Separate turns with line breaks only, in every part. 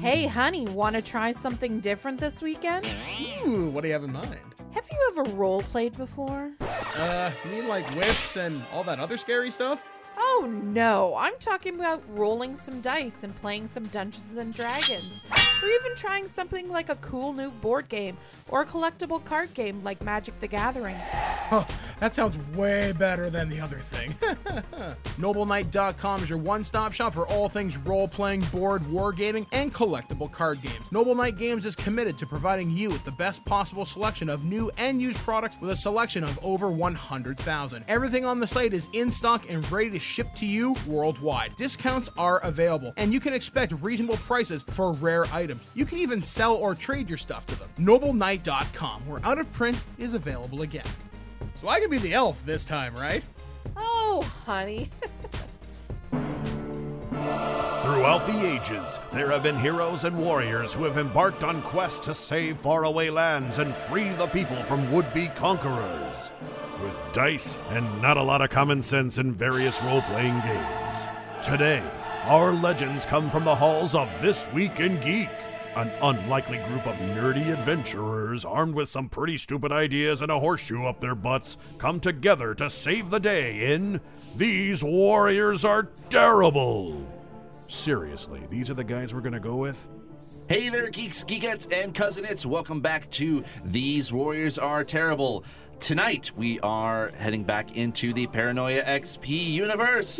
Hey, honey, want to try something different this weekend?
Ooh, what do you have in mind?
Have you ever role played before?
Uh, you mean like whips and all that other scary stuff?
Oh no, I'm talking about rolling some dice and playing some Dungeons and Dragons, or even trying something like a cool new board game or a collectible card game like Magic the Gathering.
Oh, that sounds way better than the other thing. NobleKnight.com is your one stop shop for all things role playing, board, wargaming, and collectible card games. Noble Knight Games is committed to providing you with the best possible selection of new and used products with a selection of over 100,000. Everything on the site is in stock and ready to ship to you worldwide. Discounts are available, and you can expect reasonable prices for rare items. You can even sell or trade your stuff to them. NobleKnight.com, where out of print is available again.
So I can be the elf this time, right?
Oh, honey.
Throughout the ages, there have been heroes and warriors who have embarked on quests to save faraway lands and free the people from would be conquerors. With dice and not a lot of common sense in various role playing games. Today, our legends come from the halls of This Week in Geek, an unlikely group of nerdy adventurers armed with some pretty stupid ideas and a horseshoe up their butts come together to save the day in These Warriors Are Terrible. Seriously, these are the guys we're going to go with?
Hey there, geeks, geekettes, and cousinettes. Welcome back to These Warriors Are Terrible. Tonight, we are heading back into the Paranoia XP universe.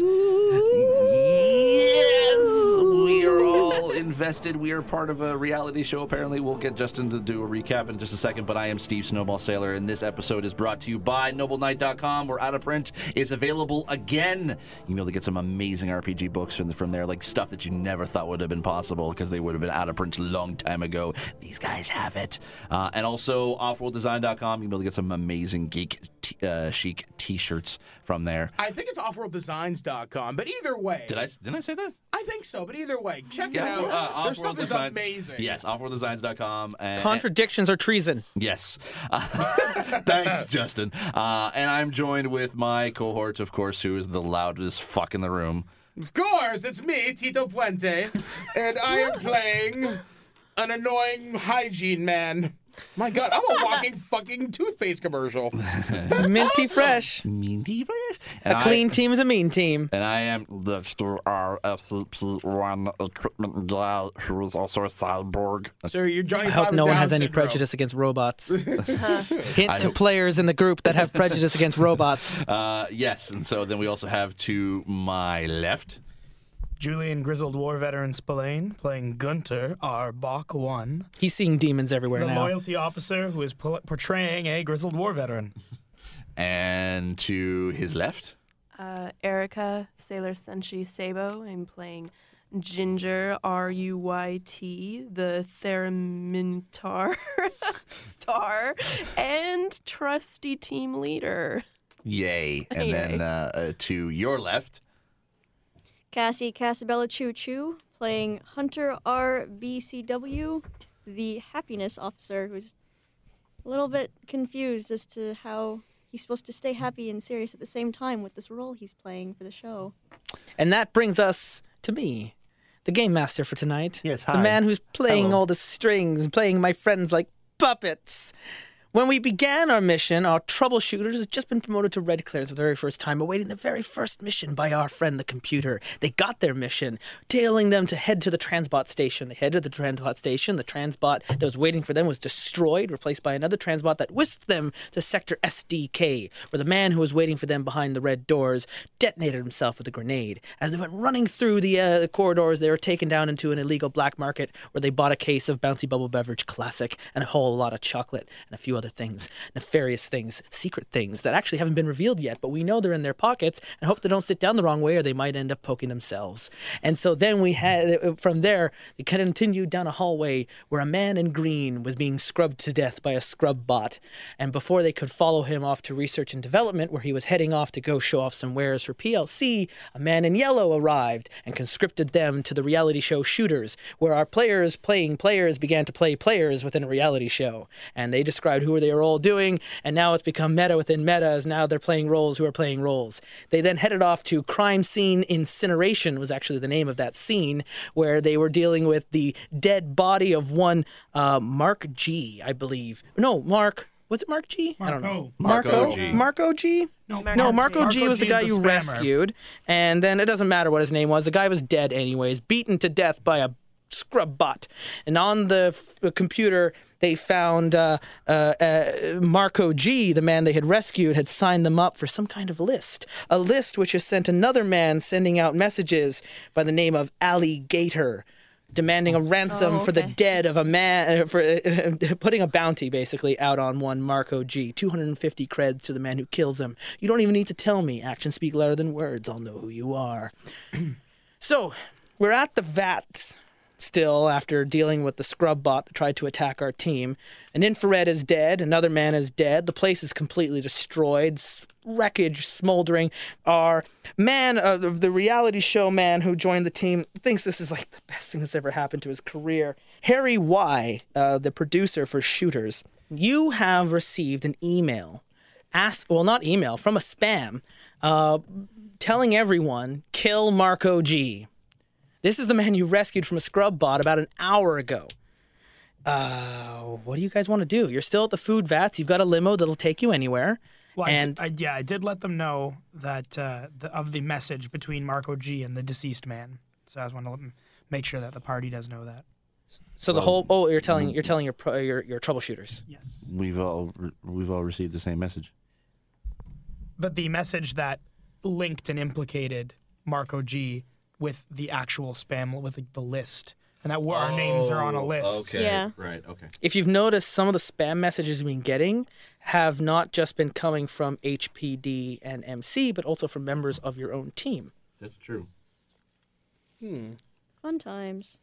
yes! We are all invested. We are part of a reality show, apparently. We'll get Justin to do a recap in just a second, but I am Steve Snowball Sailor, and this episode is brought to you by NobleKnight.com, where Out of Print is available again. You'll be able to get some amazing RPG books from, from there, like stuff that you never thought would have been possible because they would have been out of print a long time ago. These guys have it. Uh, and also, offworlddesign.com, you'll be able to get some amazing geek t- uh, chic t shirts from there.
I think it's offworlddesigns.com, but either way,
Did I, didn't I say that?
I think so. But either way, check
Yeah,
it out.
uh,
Their stuff
Offworld
is
Designs-
amazing.
Yes, offworlddesigns.com. And,
Contradictions are treason.
Yes. Uh, thanks, Justin. Uh, and I'm joined with my cohort, of course, who is the loudest fuck in the room.
Of course, it's me, Tito Puente, and I am playing an annoying hygiene man. My god, I'm a walking fucking toothpaste commercial.
Minty fresh.
Mean diva? And
A
I-
clean team is a mean team.
And I am Dexter, our FCP1 equipment guy, who is also a cyborg.
Sir, you're Johnny.
I hope no one has any prejudice against robots. Hint to
Uh-huh. hope-
players in the group that have prejudice against robots.
Uh, yes, and so then we also have to my left.
Julian Grizzled War Veteran Spillane playing Gunter, our Bach 1,
He's seeing demons everywhere
the
now.
loyalty officer who is pl- portraying a Grizzled War Veteran.
And to his left.
Uh, Erica Sailor Senshi Sabo. I'm playing Ginger R U Y T, E, the Theramintar star, and trusty team leader.
Yay. And then uh, uh, to your left.
Cassie Casabella Choo Choo playing Hunter RBCW, the happiness officer who's a little bit confused as to how he's supposed to stay happy and serious at the same time with this role he's playing for the show.
And that brings us to me, the game master for tonight. Yes, hi. The man who's playing all the strings, playing my friends like puppets. When we began our mission, our troubleshooters had just been promoted to Red Claire's for the very first time, awaiting the very first mission by our friend the computer. They got their mission, tailing them to head to the Transbot station. They headed to the Transbot station. The Transbot that was waiting for them was destroyed, replaced by another Transbot that whisked them to Sector SDK, where the man who was waiting for them behind the red doors detonated himself with a grenade. As they went running through the, uh, the corridors, they were taken down into an illegal black market where they bought a case of Bouncy Bubble Beverage Classic and a whole lot of chocolate and a few other things, nefarious things, secret things that actually haven't been revealed yet, but we know they're in their pockets and hope they don't sit down the wrong way or they might end up poking themselves. And so then we had, from there, they continued down a hallway where a man in green was being scrubbed to death by a scrub bot. And before they could follow him off to research and development, where he was heading off to go show off some wares for PLC, a man in yellow arrived and conscripted them to the reality show Shooters, where our players playing players began to play players within a reality show. And they described who who they are all doing, and now it's become meta within meta as now they're playing roles who are playing roles. They then headed off to Crime Scene Incineration was actually the name of that scene where they were dealing with the dead body of one uh, Mark G, I believe. No, Mark. Was it Mark G? I don't know.
Marco. Marco G.
Marco G?
No,
No, Marco G was the guy you
spammer.
rescued, and then it doesn't matter what his name was. The guy was dead anyways, beaten to death by a scrub bot. And on the f- uh, computer, they found uh, uh, uh, Marco G, the man they had rescued, had signed them up for some kind of list. A list which has sent another man sending out messages by the name of Alligator. Demanding a ransom
Oh,
for the
okay.
dead of a man, uh, for putting a bounty basically out on one Marco G. 250 creds to the man who kills him. You don't even need to tell me. Actions speak louder than words. I'll know who you are. So we're at the vats still after dealing with the scrub bot that tried to attack our team. An infrared is dead. Another man is dead. The place is completely destroyed. s- Wreckage smoldering. Our man of the- the reality show man who joined the team thinks this is like the best thing that's ever happened to his career. Harry Y, uh, the producer for Shooters, you have received an email ask well not email from a spam uh, telling everyone kill marco g this is the man you rescued from a scrub bot about an hour ago uh, what do you guys want to do you're still at the food vats you've got a limo that'll take you anywhere
Well, I d-
and
I, yeah, I did let them know that uh, the, of the message between Marco G and the deceased man. So I just want to let them make sure that the party does know that.
so the whole oh you're telling you're telling your pro, your, your troubleshooters
Yes.
We've all re- we've all received the same message.
But the message that linked and implicated Marco G with the actual spam with like, the list, and that were our names are on a list.
Okay.
Yeah.
Right. Okay.
if you've noticed some of the spam messages we've been getting have not just been coming from hpd and mc but also from members of your own team
That's true.
Fun times.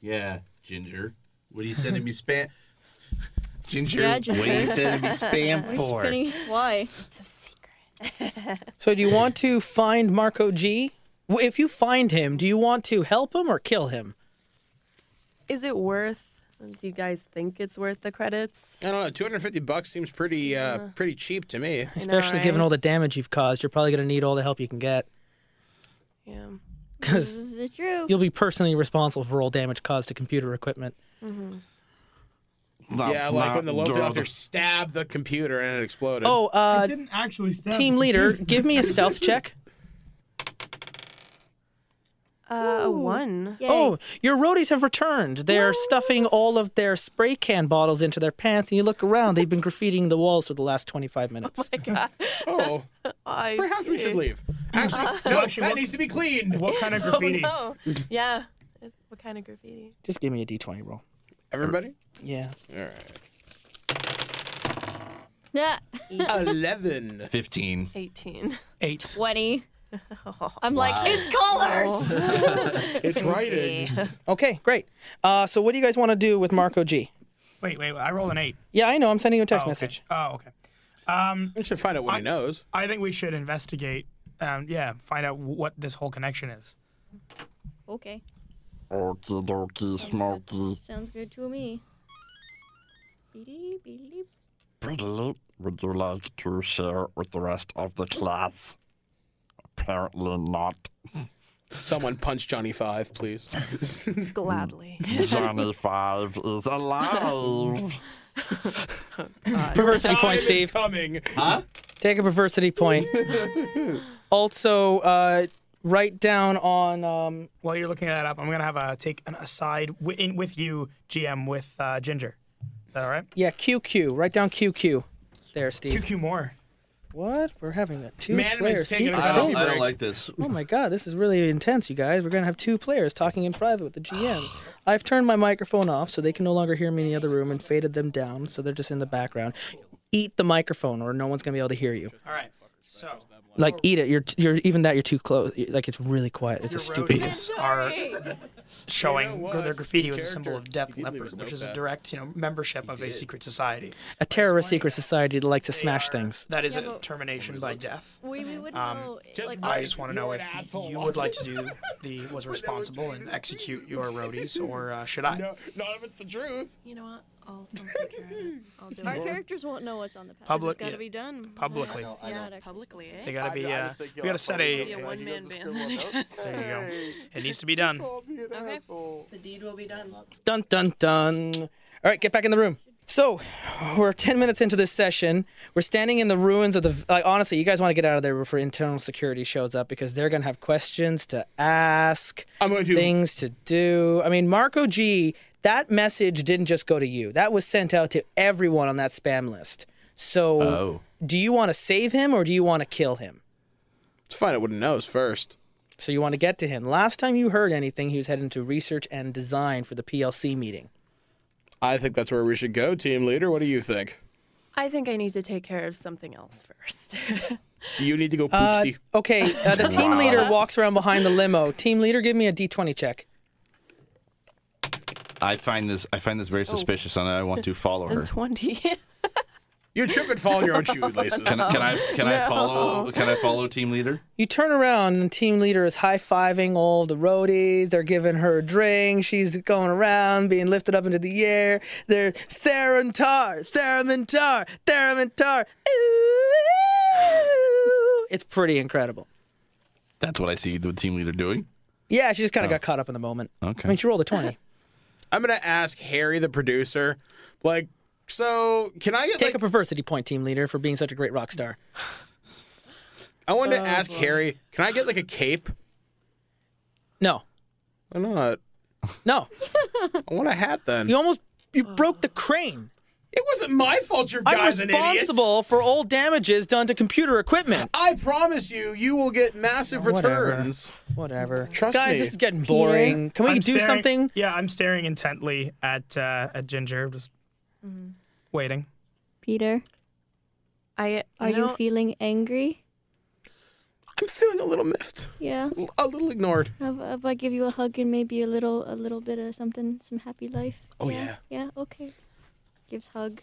Yeah, Ginger. What are you sending me spam? Ginger,
Yeah, Ginger.
what are you sending me spam
We're
for?
spinning. Why?
It's a secret.
So do you want to find Marco G? W- If you find him, do you want to help him or kill him?
Is it worth? Do you guys think it's worth the credits?
I don't know. 250 bucks seems pretty uh, pretty cheap to me.
I know,
Especially given
right?
all the damage you've caused, you're probably going to need all the help you can get
Yeah.
This
because
is the truth.
you'll be personally responsible for all damage caused to computer equipment.
yeah, like when the local doctor stabbed the computer and it exploded.
Oh, uh,
didn't actually stab
team leader, give me a stealth check.
Uh, a one.
Yay.
Oh, your roadies have returned. They're stuffing all of their spray can bottles into their pants, and you look around. They've been graffititing the walls for the last 25 minutes.
Oh,
I
perhaps we should
see.
leave. Actually, no, that needs to be cleaned.
What kind of graffiti?
Oh, yeah. It- What kind of graffiti?
Just give me a d20 roll.
Everybody?
Yeah.
Nah.
11.
Fifteen.
18.
Eight.
20. I'm like, it's colors!
It's writing.
Okay, great. Uh, so, what do you guys want to do with Marco G?
Wait, wait, wait, I rolled an eight.
Yeah, I know. I'm sending you a
Oh,
text
okay.
message.
Oh, okay.
We should find out what he knows.
I think we should investigate. Um, yeah, find out what this whole connection is.
okay.
Orky dorky smoky.
Sounds good to me. Beep, beep.
Would you like to share with the rest of the class? Apparently not.
Someone punch Johnny Five, please.
Gladly.
Johnny Five is alive.
Perversity point, Steve.
coming.
Take a perversity point. also, uh, write down on. Um,
While you're looking that up, I'm gonna have a take an aside wi- in, with you, GM, with uh, Ginger. Is that all right?
yeah, QQ. Write down QQ. There, Steve.
QQ more.
What? We're having a two
Manman's
player
taking a
secret-
I
coffee
don't, I don't
break.
like this.
Oh my god, this is really intense, you guys. We're gonna have two players talking in private with the GM. I've turned my microphone off so they can no longer hear me in the other room and faded them down so they're just in the background. Eat the microphone or no one's gonna be able to hear you.
All right. So
Like eat it. You're t- you're even that you're too close. Like it's really quiet. It's a stupid.
roadies are showing their graffiti was a symbol of
leave
Death
his
Leopard, which is a
notepad.
direct, you know, membership of a secret society.
a terrorist secret society that likes to smash
Are-
things.
That is
Yeah,
a
but-
termination by death.
We, we wouldn't know.
just
like,
I
Right,
just want to
you're
know
an
if
asshole.
you would like to do the was responsible and execute your roadies, or uh, should I?
No, not if it's the truth.
You know what? I'll, I'll take care of it. I'll do
Our
it.
characters won't know what's on the pad.
Public-
it's got to
yeah.
be done
Publicly. I
Yeah,
know, I
yeah,
know.
it actually-
Publicly, eh?
They gotta be. Uh, we gotta set
Be
a.
a one-man band.
There you go. It needs to be done.
Okay. The deed will be done.
Dun dun dun. All right, get back in the room. So, we're 10 minutes into this session. We're standing in the ruins of the. Like, honestly, you guys want to get out of there before internal security shows up because they're going to have questions to ask,
I'm going to-
things to do. I mean, Marco G, that message didn't just go to you, that was sent out to everyone on that spam list. So,
Oh.
Oh.
do you want to save him or do you want to kill him?
Let's find out what he knows first.
So, you want to get to him. Last time you heard anything, he was heading to research and design for the PLC meeting.
I think that's where we should go, team leader. What do you think?
I think I need to take care of something else first.
Do you need to go
Uh,
poopsie?
okay, uh, the team leader walks around behind the limo. Team leader, give me a d20 check.
I find this I find this
Oh.
very suspicious, and I want to follow her.
and 20.
You're tripping, falling your own shoelaces.
Can, I- can I can I follow can I follow team leader?
You turn around and team leader is high fiving all the roadies. They're giving her a drink. She's going around, being lifted up into the air. They're Theramintar, Theramintar, Theramintar. Ooh. It's pretty incredible.
That's what I see the team leader doing.
Yeah, she just kind of got caught up in the moment.
Okay.
I mean, she rolled a 20.
I'm gonna ask Harry, the producer, like, so Oh, can I get
Take
like,
a perversity point, team leader, for being such a great rock star.
I wanted to ask Harry, can I get like a cape?
No,
Why not?
no.
I want a hat then.
You almost you broke the crane.
It wasn't my fault your
I'm
guy's an idiot.
responsible for all damages done to computer equipment.
I promise you, you will get massive
Whatever.
returns.
Whatever.
Trust
Guys,
me.
this is getting boring. Can we
I'm
do
staring-
something?
Yeah, I'm staring intently at uh, at Ginger, just waiting.
Peter,
I,
are you
know,
feeling angry?
I'm feeling a little miffed,
Yeah.
a little ignored.
Have, have I give you a hug and maybe a little, a little bit of something, some happy life?
Oh,
Yeah. Okay. Gives hug,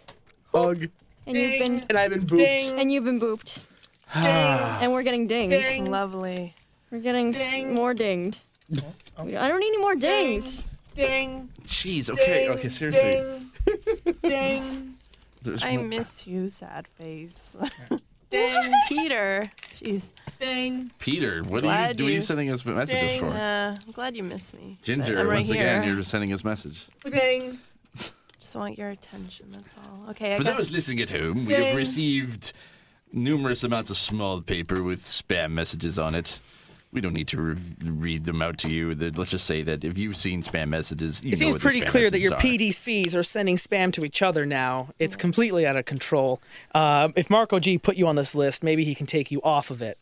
Hug,
and you've been,
and I've been booped.
and you've been booped, and we're getting dinged.
lovely.
We're getting s- more dinged. We- I don't need any more dings.
Jeez. Okay. okay. Seriously. There's
I
no-
miss you, sad face. Peter. Jeez.
Peter. What are you?
Glad
What are you
you-
sending us messages for?
Uh, I'm glad you miss me. but
Ginger.
I'm right
once
here.
again, you're sending us message.
Just want your attention, that's all. Okay, I
For
got
those listening at home, we have received numerous amounts of small paper with spam messages on it. We don't need to re- read them out to you. That- Let's just say that if you've seen spam messages, you
It
know
seems
what
pretty
the spam
clear that your
messages
PDCs are sending spam to each other now. It's completely out of control. Um, if Marco G put you on this list, maybe he can take you off of it.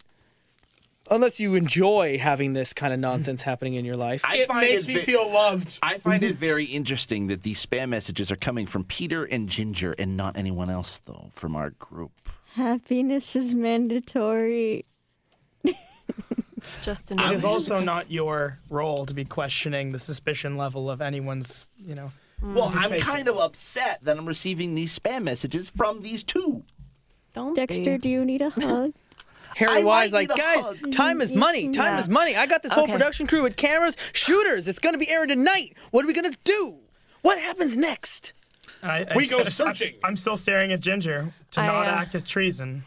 Unless you enjoy having this kind of nonsense happening in your life.
are. I
It
find
makes
it
me
ve-
feel loved.
I find
Mm-hmm.
it very interesting that these spam messages are coming from Peter and Ginger and not anyone else, though, from our group.
Happiness is mandatory.
just
It is
enough.
also not your role to be questioning the suspicion level of anyone's, you know.
Mm,
Well, I'm kind of upset that I'm receiving these spam messages from these two.
Don't
Dexter,
be.
do you need a hug?
Harry
I
Wise,
might
like,
need a
guys,
hug."
time is money. Time
Yeah.
is money. I got this whole
Okay.
production crew with cameras, shooters. It's going to be airing tonight. What are we going to do? What happens next?
And I, I
We go
st-
searching.
I'm, still staring at Ginger to
I,
not
uh,
act as treason.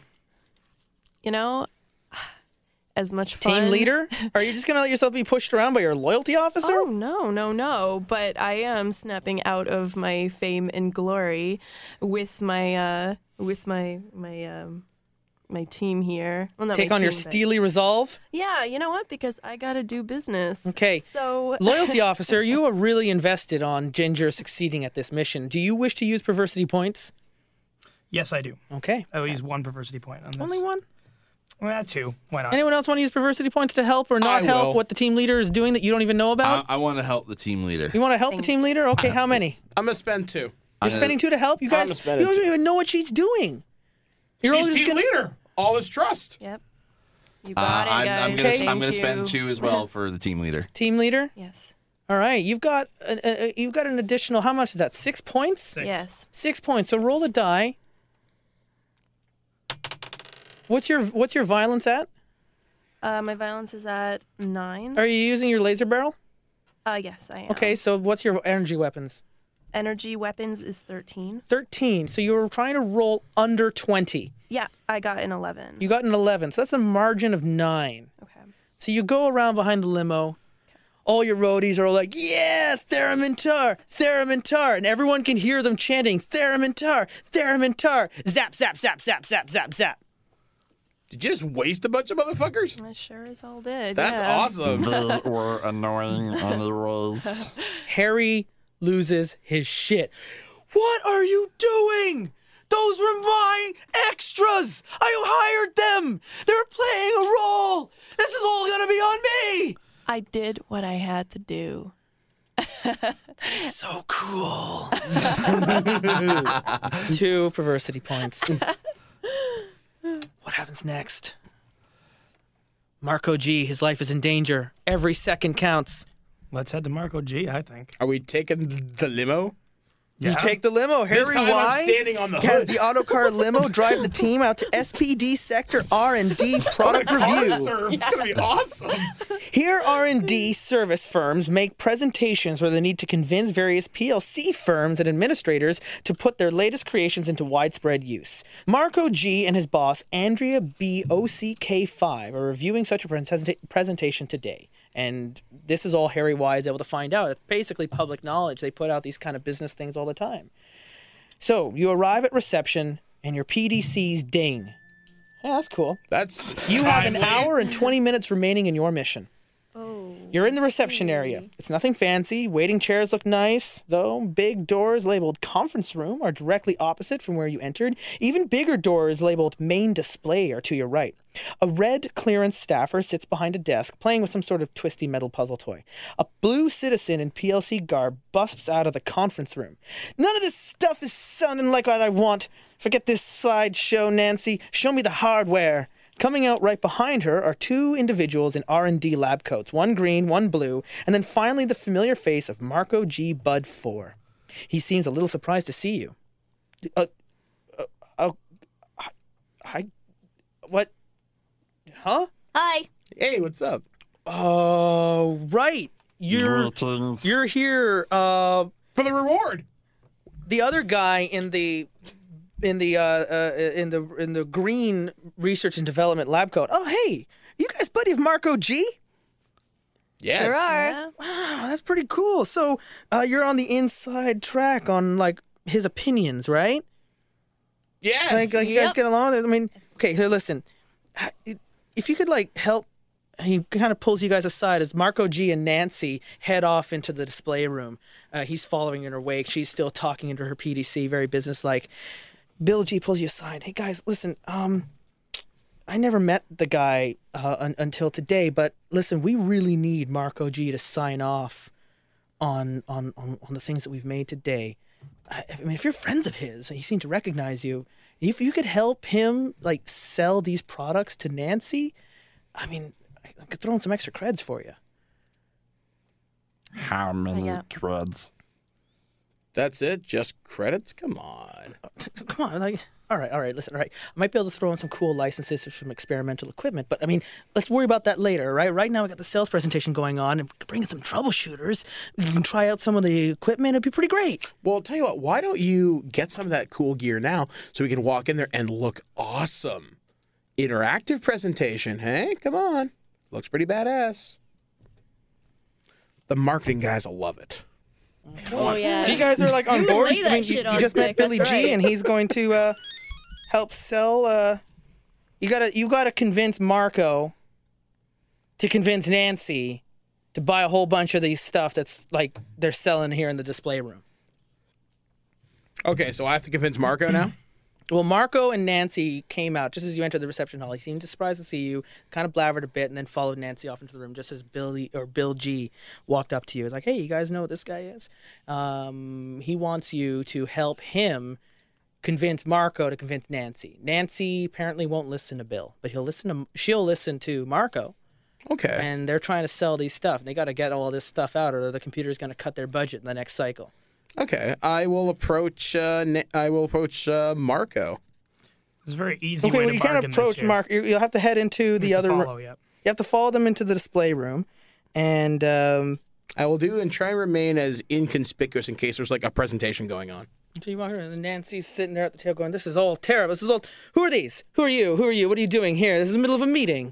You know, as much fun.
Team leader? Are you just going to let yourself be pushed around by your loyalty officer?
Oh no, no, no! But I am snapping out of my fame and glory with my uh, with my my um, my team here. Well, not
Take
my
on your
team, but-
steely resolve.
Yeah, you know what? Because I gotta do business.
Okay.
So
Loyalty officer, you are really invested on Ginger succeeding at this mission. Do you wish to use perversity points?
Yes, I do.
Okay.
I will use one perversity point on this.
Only one.
Well, two. Why not?
Anyone else want to use perversity points to help or not
Uh, I
help
will. Uh,
what the team leader is doing that you don't even know about?
want to help the team leader.
you want to help the team leader? Okay, how many?
I'm gonna spend two.
You're spending two to help? You
I'm
guys you
spending
guys don't
two.
even know what she's doing. You're all
She's
just
team
gonna-
leader. All is trust.
Yep. You
Uh,
got it,
I'm,
guys.
I'm gonna,
Thank
I'm gonna
you.
spend two as well for the team leader.
Team leader?
Yes.
All right. You've got an, uh, uh, you've got an additional how much is that? 6 points?
Six.
Yes.
6 points. So roll the die. What's your what's your violence at?
Uh, my violence is at nine.
Are you using your laser barrel?
Uh, yes, I am.
Okay, so what's your energy weapons?
energy weapons is 13.
13. So you were trying to roll under 20.
Yeah, I got an 11.
You got an 11. So that's a margin of nine. Okay. So you go around behind the limo. All your roadies are like, yeah, Theremin Tar, Theremin Tar. And everyone can hear them chanting, Theremin Tar, Theremin Tar. Zap, zap, zap, zap, zap, zap, zap.
Did you just waste a bunch of motherfuckers?
I sure as all did.
That's
yeah.
awesome.
They were annoying on the rolls.
Harry loses his shit. What are you doing? Those were my extras! I hired them! They're playing a role! This is all gonna be on me!
I did what I had to do.
so cool. Two perversity points. what happens next? Marco G, his life is in danger. Every second counts.
Let's head to Marco G, I think.
Are we taking the limo?
You take the limo. Harry
time I'm
Y
standing on the
has
hood.
the autocar limo drive the team out to SPD Sector
Oh
R&D Product Review.
Awesome. It's gonna be awesome.
Here, R&D service firms make presentations where they need to convince various PLC firms and administrators to put their latest creations into widespread use. Marco G and his boss, Andrea BOCK5, are reviewing such a presenta- presentation today. And this is all Harry Y is able to find out. It's basically public knowledge. They put out these kind of business things all the time. So you arrive at reception and your PDCs ding. Yeah, that's cool.
That's
You have an
timely.
hour and 20 minutes remaining in your mission.
Oh.
You're in the reception area. It's nothing fancy. Waiting chairs look nice, though. Big doors labeled conference room are directly opposite from where you entered. Even bigger doors labeled main display are to your right. A red clearance staffer sits behind a desk playing with some sort of twisty metal puzzle toy. A blue citizen in PLC garb busts out of the conference room. None of this stuff is sounding like what I want. Forget this slideshow, Nancy. Show me the hardware. Coming out right behind her are two individuals in R&D lab coats, one green, one blue, and then finally the familiar face of Marco G. Bud 4. He seems a little surprised to see you. Uh, uh, uh, I, I, what? Huh?
Hi.
Hey, what's up?
Oh, right. You're
Greetings.
you're here. Uh,
For the reward.
the other guy in the in the uh, uh, in the in the green research and development lab coat. Oh, hey, you guys, buddy of Marco G.
Yes.
There are.
Wow, that's pretty cool. So uh, you're on the inside track on like his opinions, right?
Yes.
Like, like you guys get along. I mean, okay, here, listen. If you could like help, he kind of pulls you guys aside as Marco G and Nancy head off into the display room. Uh, he's following in her wake. She's still talking into her PDC, very businesslike. Bill G pulls you aside. Hey guys, listen. Um, I never met the guy uh, un- until today, but listen, we really need Marco G to sign off on on on, on the things that we've made today. I I mean, if you're friends of his, he seemed to recognize you. If you could help him, like, sell these products to Nancy, I mean, I I could throw in some extra creds for you.
How many
Yeah.
dreads?
That's it. Just credits. Come on.
Come on, like, all right, all right, listen, all right. I might be able to throw in some cool licenses for some experimental equipment, but I mean, let's worry about that later, right? Right now, we got the sales presentation going on, and we could bring in some troubleshooters. We can try out some of the equipment. It'd be pretty great.
Well, tell you what. Why don't you get some of that cool gear now so we can walk in there and look awesome? Interactive presentation. Hey, come on. Looks pretty badass. The marketing guys will love it.
Oh yeah.
So you guys are like on
You would
board.
lay that
I mean, you,
shit
you
on
just met
thick, that's
Billy
right.
G, and he's going to uh, help sell. Uh, you gotta you gotta convince Marco to convince Nancy to buy a whole bunch of these stuff that's like they're selling here in the display room.
Okay, so I have to convince Marco now.
Well, Marco and Nancy came out just as you entered the reception hall. He seemed surprised to see you, kind of blavered a bit, and then followed Nancy off into the room just as Billy or Bill G walked up to you. He's like, "Hey, you guys know what this guy is? Um, he wants you to help him convince Marco to convince Nancy. Nancy apparently won't listen to Bill, but he'll listen to she'll listen to Marco,
Okay.
and they're trying to sell these stuff. And they got to get all this stuff out, or the computer's going to cut their budget in the next cycle."
Okay. I will approach. Uh, Na- I will approach uh, Marco.
It's a very easy
okay,
way
well,
to
you
bargain
can't
this
approach
here.
Mark. you- You'll have to head into
We
the
can
other. room.
follow, yeah.
You have to follow them into the display room, and um,
I will do and try and remain as inconspicuous in case there's like a presentation going on.
So you walk around, and Nancy's sitting there at the table going, This is all terrible. This is all. Who are these? Who are you? Who are you? What are you doing here? This is the middle of a meeting.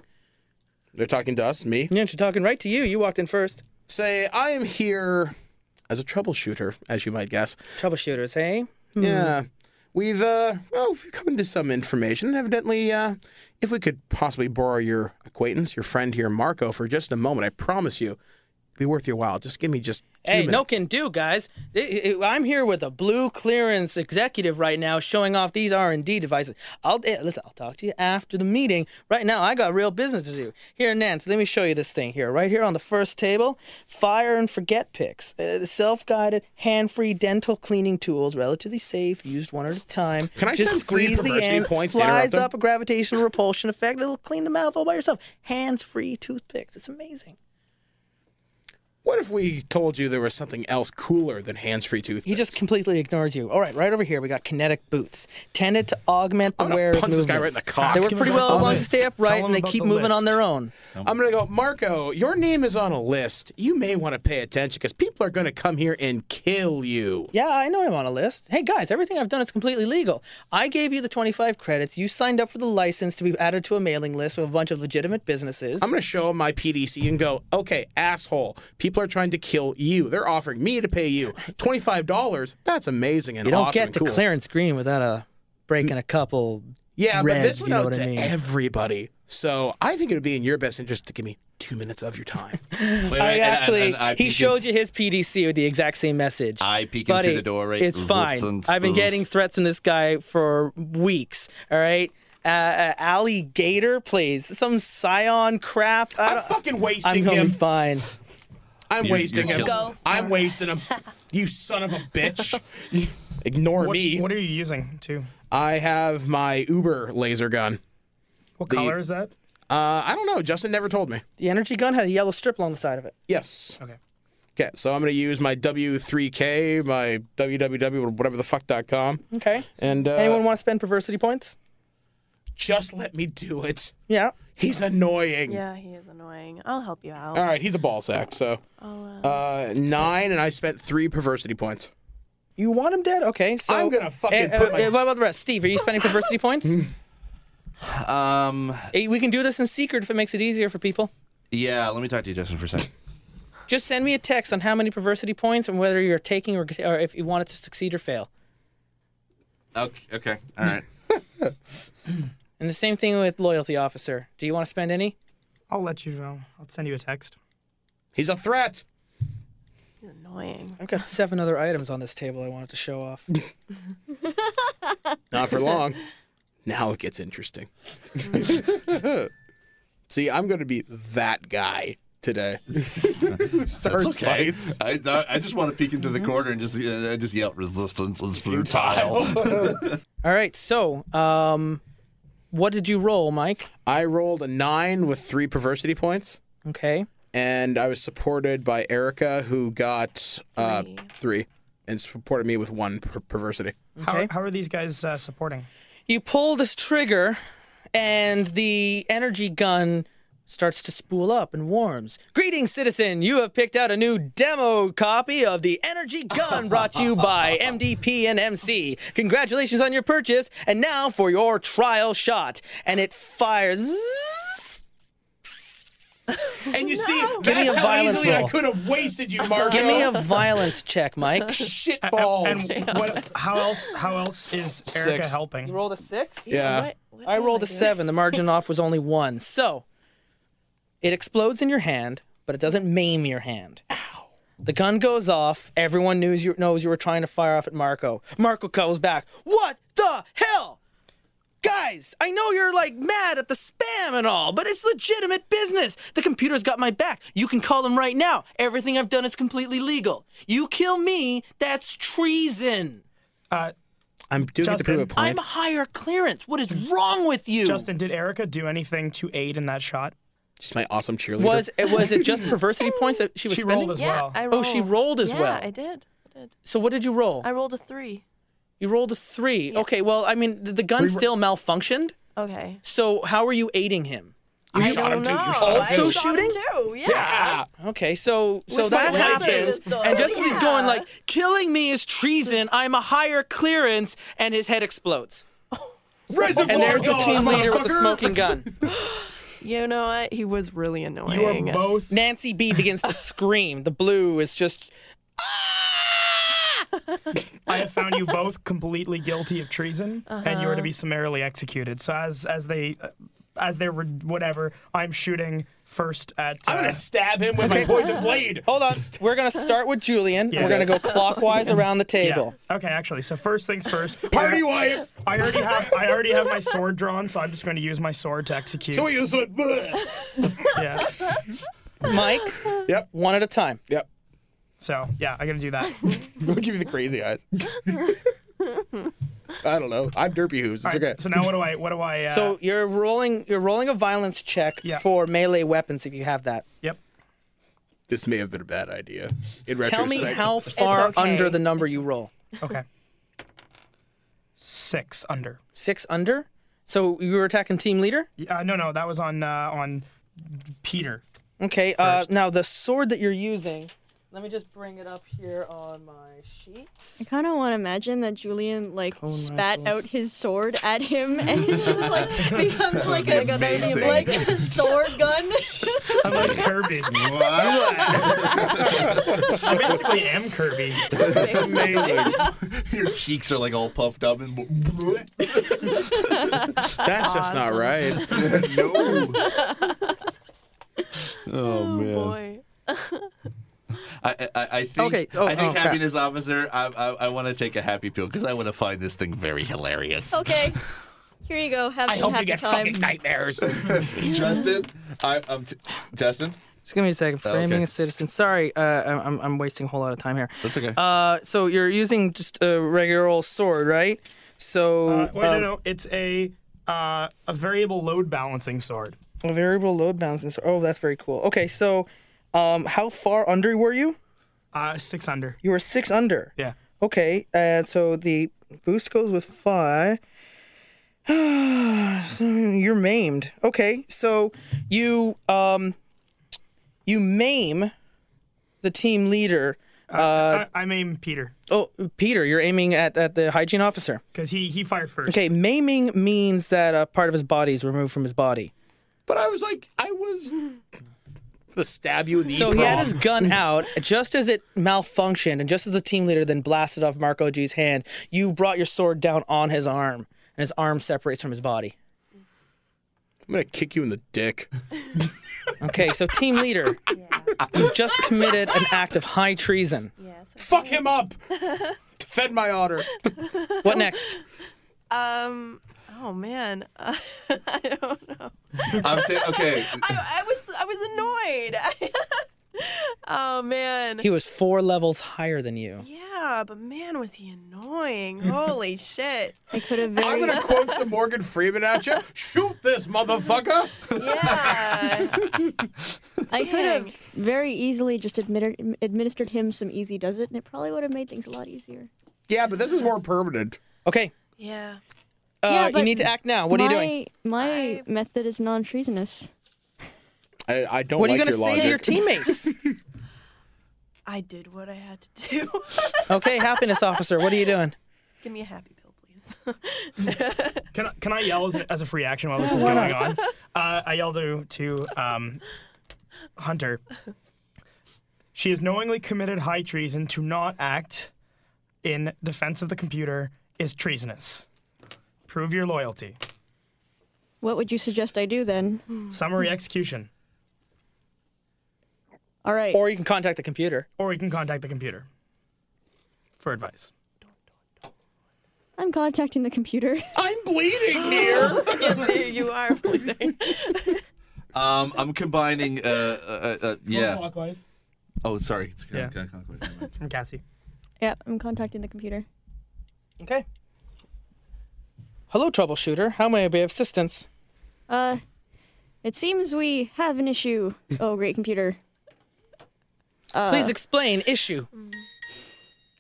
They're talking to us, me.
Yeah, she's talking right to you. You walked in first.
Say, I am here as a troubleshooter, as you might guess.
Troubleshooters, hey?
Yeah. We've, uh, well, we've come into some information. Evidently, uh, if we could possibly borrow your acquaintance, your friend here, Marco, for just a moment, I promise you, it'd be worth your while. Just give me just two
Hey,
minutes.
no can do, guys. I- I- I'm here with a blue clearance executive right now, showing off these R and D devices. I'll eh, listen. I'll talk to you after the meeting. Right now, I got real business to do. Here, Nance, let me show you this thing here. Right here on the first table, fire and forget picks, uh, self-guided, hand-free dental cleaning tools, relatively safe, used one at a time.
Can I
just
spend three
squeeze the
perversity
end,
points to interrupt
flies
them?
up a gravitational repulsion effect. It'll clean the mouth all by yourself. Hands-free toothpicks. It's amazing.
What if we told you there was something else cooler than hands-free toothpicks?
He just completely ignores you. All right, right over here, we got kinetic boots, tended to augment the
I'm gonna
wearer's
punch this
movements.
guy right in the cock.
They
Ask
were
him
pretty
about
well
the
along to
list.
stay
Tell
upright,
him
and they
about
keep
the
moving on
list.
their own.
I'm gonna go, Marco. Your name is on a list. You may want to pay attention because people are gonna come here and kill you.
Yeah, I know I'm on a list. Hey guys, everything I've done is completely legal. I gave you the 25 credits. You signed up for the license to be added to a mailing list with a bunch of legitimate businesses.
I'm gonna show 'em my PDC and go, okay, asshole. People are trying to kill you. They're offering me to pay you twenty-five dollars. That's amazing and
you don't
awesome
get
and
to
cool.
Clarence Green without a breaking a couple.
Yeah, but
ribs,
this
you
went
know
out
what
to
I mean.
everybody. So I think it would be in your best interest to give me two minutes of your time.
I
and-
actually,
and I
he
peek
showed you his PDC with the exact same message.
I peeking
Buddy,
through the door, right?
It's fine.
Resistance.
I've been getting
Ugh.
threats from this guy for weeks. All right. Uh, uh, alligator, please. Some scion crap. I
I'm
don't,
fucking wasting
I'm gonna
him.
be fine.
I'm
You're-
wasting
you're
him.
killing- Go
I'm wasting him. You son of a bitch. Ignore
What,
me.
what are you using too?
I have my Uber laser gun.
What color is that?
Uh, I don't know. Justin never told me.
The energy gun had a yellow strip along the side of it.
Yes.
Okay.
Okay, so I'm going to use my W3K, my www, whatever the fuck dot com.
Okay.
And uh,
Anyone want to spend perversity points?
just let me do it.
Yeah.
He's annoying.
Yeah, he is annoying. I'll help you out.
Uh,
All right, he's a ball sack. So uh, nine, and I spent three perversity points.
You want him dead? Okay. So
I'm gonna fucking
Eh,
put
eh,
my-
eh, What about the rest? Steve, are you spending perversity points?
Um,
Eh, we can do this in secret if it makes it easier for people.
yeah, let me talk to you, Justin, for a second.
Just send me a text on how many perversity points and whether you're taking or, or if you want it to succeed or fail.
okay, okay, all right.
And the same thing with loyalty officer. Do you want to spend any?
I'll let you know. I'll send you a text.
He's a threat.
He's annoying.
I've got seven other items on this table I wanted to show off.
Not for long. now it gets interesting. See, I'm going to be that guy today. Starts
Okay.
fights.
I, I just want to peek into the corner and just uh, just yell, "Resistance is futile."
All right, so um, what did you roll, Mike?
I rolled a nine with three perversity points,
Okay,
and I was supported by Erica, who got uh,
Three.
three and supported me with one per- perversity.
How,
Okay.
how are these guys uh, supporting?
you pull this trigger, and the energy gun starts to spool up and warms. Greetings, citizen! You have picked out a new demo copy of the energy gun brought to you by MDP and MC. Congratulations on your purchase, and now for your trial shot. And it fires.
And you see,
Give me
that's
a
how
violence
easily I
roll.
could have wasted you, Marco.
Give me a violence check, Mike.
shit
A- a-
balls.
And what, how else? How else is Erica
Six.
helping?
rolled a six?
Yeah.
What- what
I
am
rolled a
doing?
seven. The margin off was only one. So it explodes in your hand, but it doesn't maim your hand. The gun goes off. Everyone knows you, knows you were trying to fire off at Marco. Marco calls back. What the hell? Guys, I know you're like mad at the spam and all, but it's legitimate business. The computer's got my back. You can call them right now. Everything I've done is completely legal. You kill me, that's treason.
Uh,
I'm doing it to
Justin,
prove a point.
I'm a higher clearance. What is wrong with you?
Justin, did Erica do anything to aid in that shot?
Just my awesome cheerleader.
Was it was it just perversity points that she was
She
spending?
rolled as
Yeah,
well.
I rolled.
Oh, she rolled as
yeah,
well.
I did. I did.
So what did you roll?
I rolled a three.
you rolled a three.
Yes.
Okay, well, I mean, the, the gun still malfunctioned.
Okay.
So how are you aiding him?
You
I
shot him
don't
too. You
know.
shot him
I
too.
shot him Shooting?
too. Yeah.
Okay, so so
With
that
the laser
happens,
pistol.
and just as he's going
Yeah.
like, "Killing me is treason. I'm a higher clearance," and his head explodes.
Reservoir
and there's the
Dogs,
team leader with the
motherfucker.
smoking gun.
You know what? He was really annoying.
You are both.
Nancy B begins to scream. The blue is just
I have found you both completely guilty of treason, and you are to be summarily executed. So as as they uh, as they were whatever, I'm shooting first at.
I'm
uh,
gonna stab him with my poison blade.
Hold on. We're gonna start with Julian.
Yeah.
We're gonna go clockwise around the table.
Yeah. Okay, actually, so first things first.
Party
I-
wife.
I already have I already have my sword drawn, so I'm just going to use my sword to execute.
So we use it.
yeah.
Mike.
Yep.
One at a time.
Yep.
So yeah, I'm gonna do that.
We'll give you the crazy eyes. I don't know. I'm Derpy Who's. It's
All right,
okay.
so, now what do I what do I? Uh,
So you're rolling. You're rolling a violence check
Yeah.
for melee weapons if you have that.
yep.
this may have been a bad idea. In
Tell
retrospect,
me how far
okay.
under the number you roll.
Okay. Six under.
Six under. So you were attacking team leader.
Uh, no, no, that was on uh, on Peter.
Okay. Uh, now the sword that you're using. Let me just bring it up here on my sheet.
I kind of want to imagine that Julian like spat out his sword at him, and it just like becomes like a
amazing.
like a sword gun.
I'm like Kirby. I basically am Kirby.
that's amazing.
Your cheeks are like all puffed up and
That's just not right.
no. Oh man.
Boy.
I, I, I think
Okay, oh,
I think
oh, crap.
happiness officer. I I, I want to take a happy pill because I want to find this thing very hilarious.
okay, here you go. Have
I hope
some
you
happy
get
time.
fucking nightmares.
Uh,
Justin, I, I'm t- Justin.
Just give me a second. Framing
okay.
a citizen. Sorry, uh, I'm- I'm I'm wasting a whole lot of time here.
That's okay.
Uh, so you're using just a regular old sword, right? So
Uh, wait,
um,
no, no, it's a uh, a variable load balancing sword.
A variable load balancing. sword. Oh, that's very cool. Okay, so um, how far under were you?
Uh, six under.
You were six under.
Yeah.
Okay, and so the boost goes with five. So You're maimed. Okay, so you um, you maim the team leader.
I, I'm aiming Peter
Oh, Peter, you're aiming at, at the hygiene officer.
because he he fired first.
Okay, maiming means that a part of his body is removed from his body.
but I was like, I was gonna stab you in the
So he had his
eardrum.
gun out just as it malfunctioned, and just as the team leader then blasted off Marco G's hand, you brought your sword down on his arm, and his arm separates from his body.
I'm gonna kick you in the dick.
Okay, so team leader, you've just committed an act of high treason.
Fuck him up. Defend my honor.
What next?
Um. Oh man. Uh, I don't know.
I'm ta- okay.
I, I was I was annoyed. oh man.
He was four levels higher than you.
Yeah, but man, was he annoying! Holy shit!
I could have
I'm
very
gonna quote some Morgan Freeman at you. Shoot this motherfucker.
Yeah.
I could have very easily just admitted, administered him some easy does it, and it probably would have made things a lot easier.
Yeah, but this is more permanent.
Okay,
yeah.
uh,
Yeah,
you
but
need to act now. What are you doing?
My method is non treasonous.
I, I don't
What are
like
you going to
your
say
logic.
to your teammates?
I did what I had to do.
okay, happiness officer, what are you doing?
Give me a happy pill, please.
Can I, can I yell as, as a free action while this is going on? Uh, I yell to to um, Hunter. She has knowingly committed high treason to not act in defense of the computer is treasonous. Prove your loyalty.
What would you suggest I do then?
Summary execution,
All right.
Or you can contact the computer.
or we can contact the computer for advice.
I'm contacting the computer.
I'm bleeding here.
there you are. bleeding.
Um, I'm combining. Uh, uh, uh, uh, yeah. Oh, sorry. It's
Yeah.
okay, okay, okay, never mind.
From Cassie.
yeah, I'm contacting the computer.
Okay. Hello, troubleshooter. How may I be of assistance?
Uh, it seems we have an issue. Oh, great computer.
Please explain issue.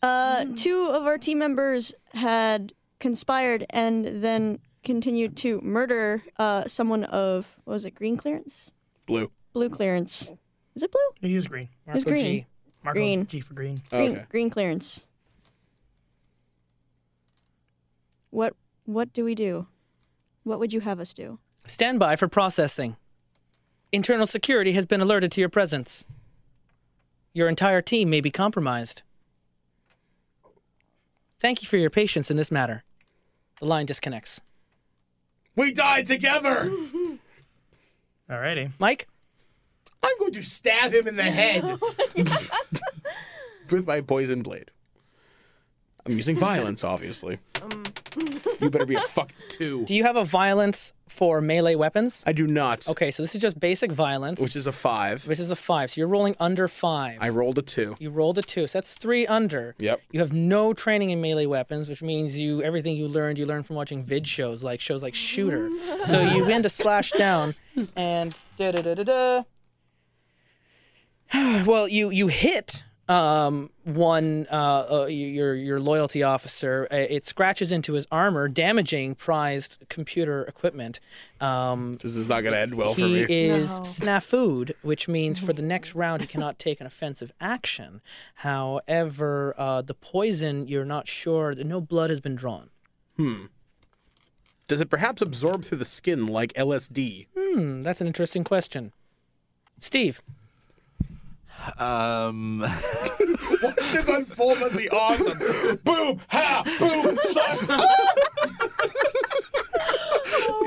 Uh, two of our team members had conspired and then continued to murder uh, someone of what was it? Green clearance,
Blue.
blue clearance. Is it blue?
He was green.
It was green.
Marco
Green.
G for green.
Oh,
Green, green clearance. What what do we do? What would you have us do?
Stand by for processing. Internal security has been alerted to your presence. Your entire team may be compromised. Thank you for your patience in this matter. The line disconnects.
We died together.
Alrighty.
Mike?
I'm going to stab him in the head
with my poison blade.
I'm using violence, obviously. you better be a fuck two.
Do you have a violence for melee weapons?
I do not.
Okay, so this is just basic violence,
Which is a five.
which is a five. So you're rolling under five.
I rolled a two.
You rolled a two, so that's three under.
Yep.
You have no training in melee weapons, which means you everything you learned you learned from watching vid shows like shows like Shooter. so you begin to slash down and da da da da da. Well, you you hit um one uh, uh y- your your loyalty officer. Uh, It scratches into his armor, damaging prized computer equipment. Um,
This is not going to end well Oh, for me.
he is
No.
snafu'd, which means for the next round he cannot take an offensive action. However, uh, the poison you're not sure. No blood has been drawn.
Does it perhaps absorb through the skin like LSD?
Hmm, that's an interesting question. Steve,
Um,
this unfold must be awesome. boom, ha, boom, slash.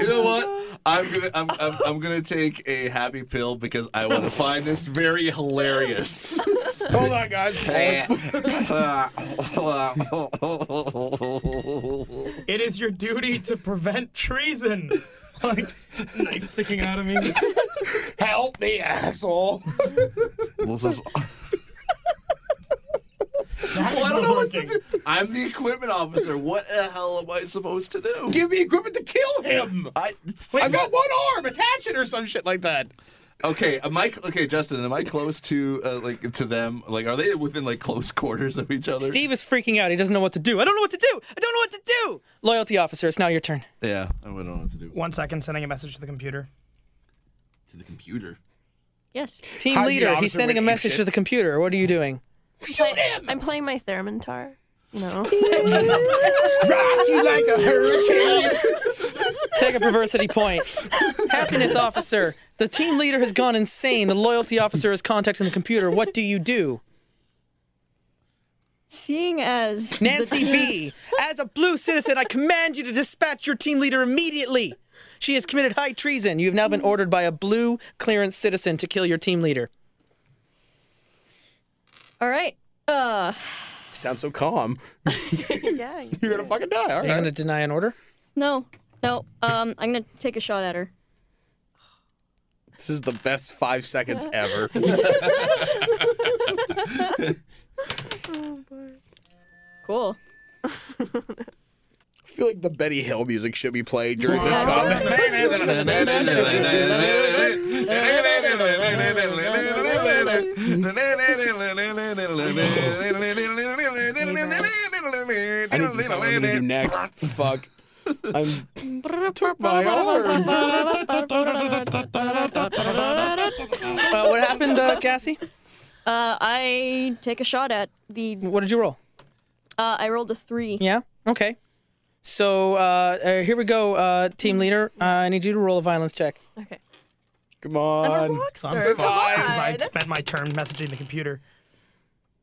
you know what? I'm gonna I'm, I'm I'm gonna take a happy pill because I want to find this very hilarious.
Hold on, guys.
It is your duty to prevent treason. like knife sticking out of me.
Help me, asshole.
this is.
Well,
I'm the equipment officer. What the hell am I supposed to do?
Give me equipment to kill him.
I,
I got one arm. Attach it or some shit like that.
okay, am I okay, Justin? Am I close to uh, like to them? Like, are they within like close quarters of each other?
Steve is freaking out. He doesn't know what to do. I don't know what to do. I don't know what to do. Loyalty officer, it's now your turn.
Yeah, I don't know what to do.
One second, sending a message to the computer.
To the computer.
Yes.
Team
How's the
leader, he's
officer
sending a
with
message
shit?
to the computer. What are you doing?
Shoot him! I'm playing my Thermantar. No.
Rock you like a hurricane.
Take a perversity point. Happiness officer, the team leader has gone insane. The loyalty officer is contacting the computer. What do you do?
Seeing as the
Nancy
team-
B, as a blue citizen, I command you to dispatch your team leader immediately. She has committed high treason. You have now been ordered by a blue clearance citizen to kill your team leader.
All right. Uh,
Sounds so calm.
yeah.
You're gonna fucking die. All
Are you going to
right.
deny an order?
no, no. Um, I'm gonna take a shot at her.
This is the best five seconds ever.
Cool.
I feel like the Betty Hill music should be played during this
Wow.
combat. I need to decide what I'm gonna do next. Fuck. I'm took my arm.
Uh, what happened, uh, Cassie?
Uh, I take a shot at the.
What did you roll?
Uh, I rolled a three.
Yeah? Okay. So uh, uh, here we go, uh, team leader. Uh, I need you to roll a violence check.
Okay.
Come
I'm a
on.
rock star.
survived.
Come on.
Because I spent my turn messaging the computer.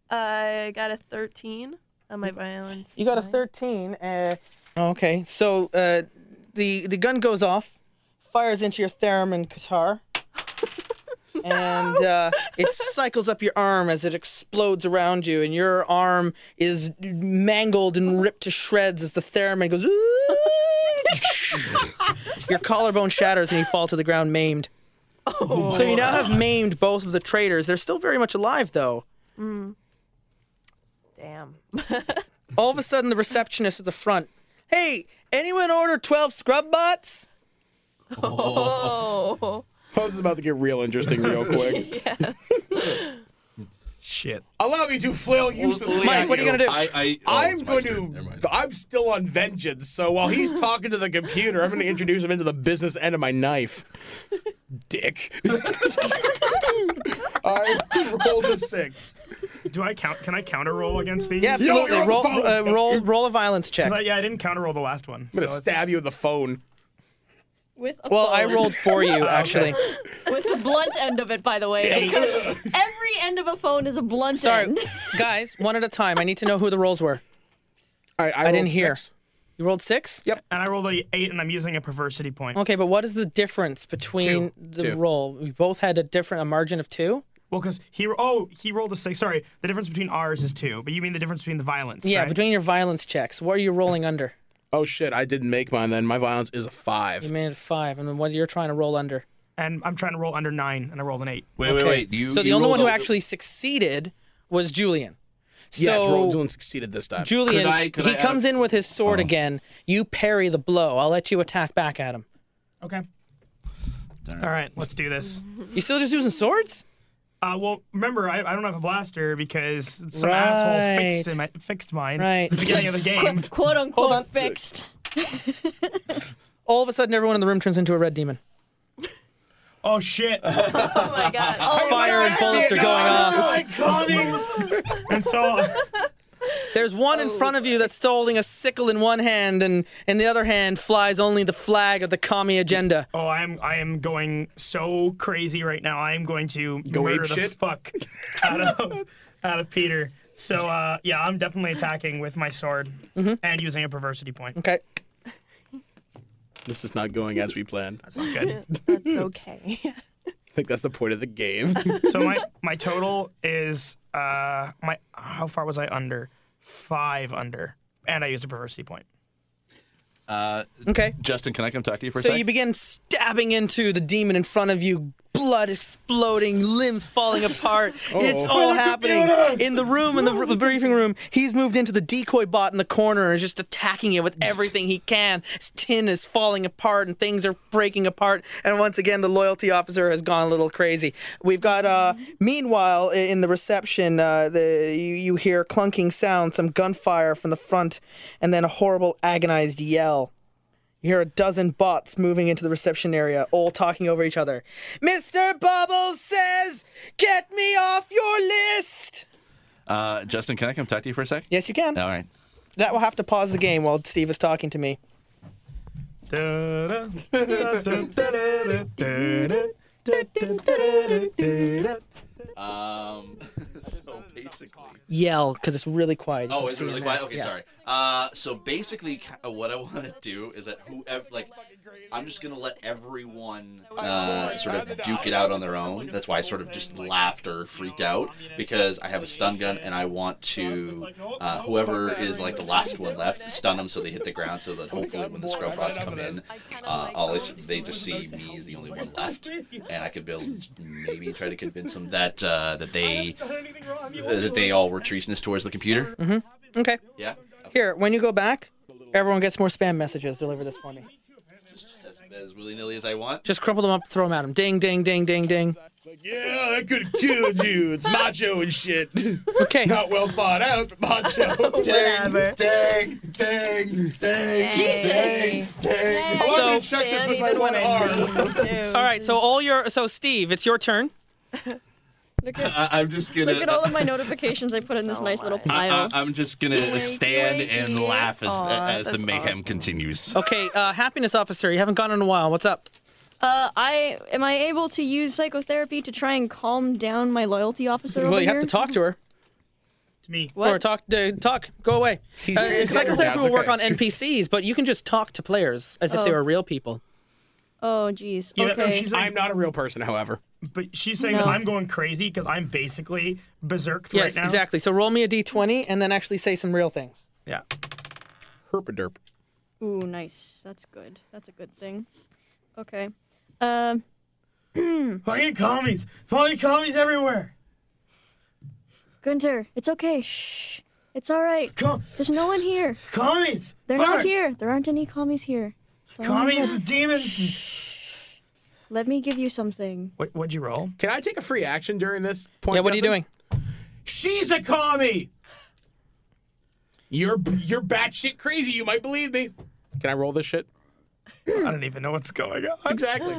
I got a 13 on my violence.
You got a 13. Uh... Okay, so uh, the the gun goes off, fires into your theremin guitar, and uh, it cycles up your arm as it explodes around you, and your arm is mangled and ripped to shreds as the theremin goes. your collarbone shatters and you fall to the ground maimed. So you now have maimed both of the traitors. They're still very much alive, though.
Damn.
All of a sudden, the receptionist at the front. Hey, anyone order twelve scrub bots?
Oh.
This is about to get real interesting real quick.
Shit.
Allow me to flail uselessly.
Mike,
at
what are you gonna
oh,
do?
I, I,
I'm going to. I'm still on vengeance. So while he's talking to the computer, I'm going to introduce him into the business end of my knife. Dick. I rolled a six.
Do I count? Can I counter roll against these?
Yeah, absolutely.
you're on the
roll,
phone.
uh, roll, roll a violence check.
'Cause I, yeah, I didn't counter roll the last one.
I'm going to
so it's-
stab you with the phone.
With a
Well, I
phone.
rolled for you actually.
with the blunt end of it, by the way. Because every end of a phone is a blunt
Sorry,
end.
guys, one at a time. I need to know who the rolls were.
All right, I,
I didn't
rolled
hear.
six.
You rolled six.
Yep.
And I rolled a eight, and I'm using a perversity point.
Okay, but what is the difference between
Two.
the
Two.
roll? We both had a different a margin of two.
Well, because he oh he rolled a six. Sorry, the difference between ours is two, but you mean the difference between the violence?
Yeah,
right?
between your violence checks, what are you rolling under?
Oh shit! I didn't make mine. Then my violence is a
You
five.
made it five, and then what you're trying to roll under.
And I'm trying to roll under nine, and I rolled an eight.
Wait, wait, wait. You,
so the
you
only one who
rolled a-
actually succeeded was Julian. So
yes, roll Dylan succeeded this time.
Julian,
Could I- could
he
I add
comes
a- Oh.
in with his sword again. You parry the blow. I'll let you attack back at him.
Okay. All right, let's do this.
You still just using swords?
Uh, well, remember, I, I don't have a blaster because some
Right.
asshole fixed in my, fixed mine
Right.
at the beginning of the game.
Quote
on.
unquote fixed.
All of a sudden, everyone in the room turns into a red demon.
Oh shit!
Oh my god. Oh,
Fire and bullets are going off.
my commies! and so
There's one in front of you that's still holding a sickle in one hand, and in the other hand flies only the flag of the commie agenda.
Oh, I'm I am going so crazy right now. I am going to
Go
murder
ape
the
shit?
fuck out of out of Peter. So uh, yeah, I'm definitely attacking with my sword
Mm-hmm.
and using a perversity point.
Okay.
This is not going as we planned. I
That's not good.
That's okay.
think that's the point of the game.
so my my total is uh my how far was I under? Five under, and I used a perversity point.
Uh,
Okay.
Justin, can I come talk to you for a
So
sec?
you begin stabbing into the demon in front of you, blood exploding, limbs falling apart.
Oh.
It's all happening in the room, in the r- briefing room. He's moved into the decoy bot in the corner and is just attacking it with everything he can. His tin is falling apart and things are breaking apart. And once again, the loyalty officer has gone a little crazy. We've got, uh, meanwhile, i- in the reception, uh, the, you, you hear clunking sounds, some gunfire from the front, and then a horrible, agonized yell. You hear a dozen bots moving into the reception area, all talking over each other. Mr. Bubbles says, Get me off your list!
Uh, Justin, can I come talk to you for a sec?
Yes, you can.
All right.
That will have to pause the game while Steve is talking to me.
Da-da, da-da, da-da, da-da, da-da, da-da.
Um, so basically.
Yell, because it's really quiet. You
Oh,
can
is
see
it really
now.
quiet? Okay,
Yeah.
sorry. Uh, so basically, ki- uh, what I want to do is that whoever, like, I'm just gonna let everyone uh, sort of duke it out on their own. That's why I sort of just laughed or freaked out because I have a stun gun and I want to uh, whoever is like the last one left stun them so they hit the ground so that hopefully when the scrub bots come in,
Ah.
uh, all they, they just see me as the only one left and I could build maybe try to convince them that uh, that they uh, that they all were treasonous towards the computer.
Okay.
Yeah.
Here, when you go back, everyone gets more spam messages delivered this morning.
As, as willy nilly as I want.
Just crumple them up, throw them at him. Ding, ding, ding, ding, ding.
yeah, that could have killed you. It's macho and shit.
Okay.
Not well thought out, but macho.
Whatever.
dang, dang, dang.
Jesus.
I
So-
wanted to check this with my one arm.
All right, so all your. So, Steve, it's your turn.
Look at,
I, I'm just gonna.
look at all of my notifications I put in this nice little
I,
Uh-huh.
pile.
am just gonna stand and laugh as,
Aw,
as the
that's
mayhem
awesome.
continues.
Okay, uh, happiness officer, you haven't gone in a while. What's up?
Uh, I am I able to use psychotherapy to try and calm down my loyalty officer over
Well, you have
here?
to talk to her.
To me.
What?
Or talk, uh, talk, go away. Uh, it's like I said, we will work on NPCs, but you can just talk to players as if they
Oh.
were real people.
Oh, jeez.
Yeah, no,
Okay.
she's like,
I'm not a real person, however.
But she's saying
No.
I'm going crazy because I'm basically berserked
Yes,
right now.
exactly. So roll me a d20 and then actually say some real things.
Yeah.
Herpaderp.
Ooh, nice. That's good. That's a good thing. Okay. Um.
Fucking commies. Fucking commies everywhere.
Gunter, it's okay. Shh. It's all right.
Com-
There's no one here.
commies.
They're
Fuck.
not here. There aren't any commies here. It's all
Commies
good.
and demons. and-
Let me give you something.
What, what'd you roll?
Can I take a free action during this point?
yeah, what are you
Justin?
doing?
She's a commie. You're you're batshit crazy. You might believe me. Can I roll this shit?
I don't even know what's going on.
Exactly.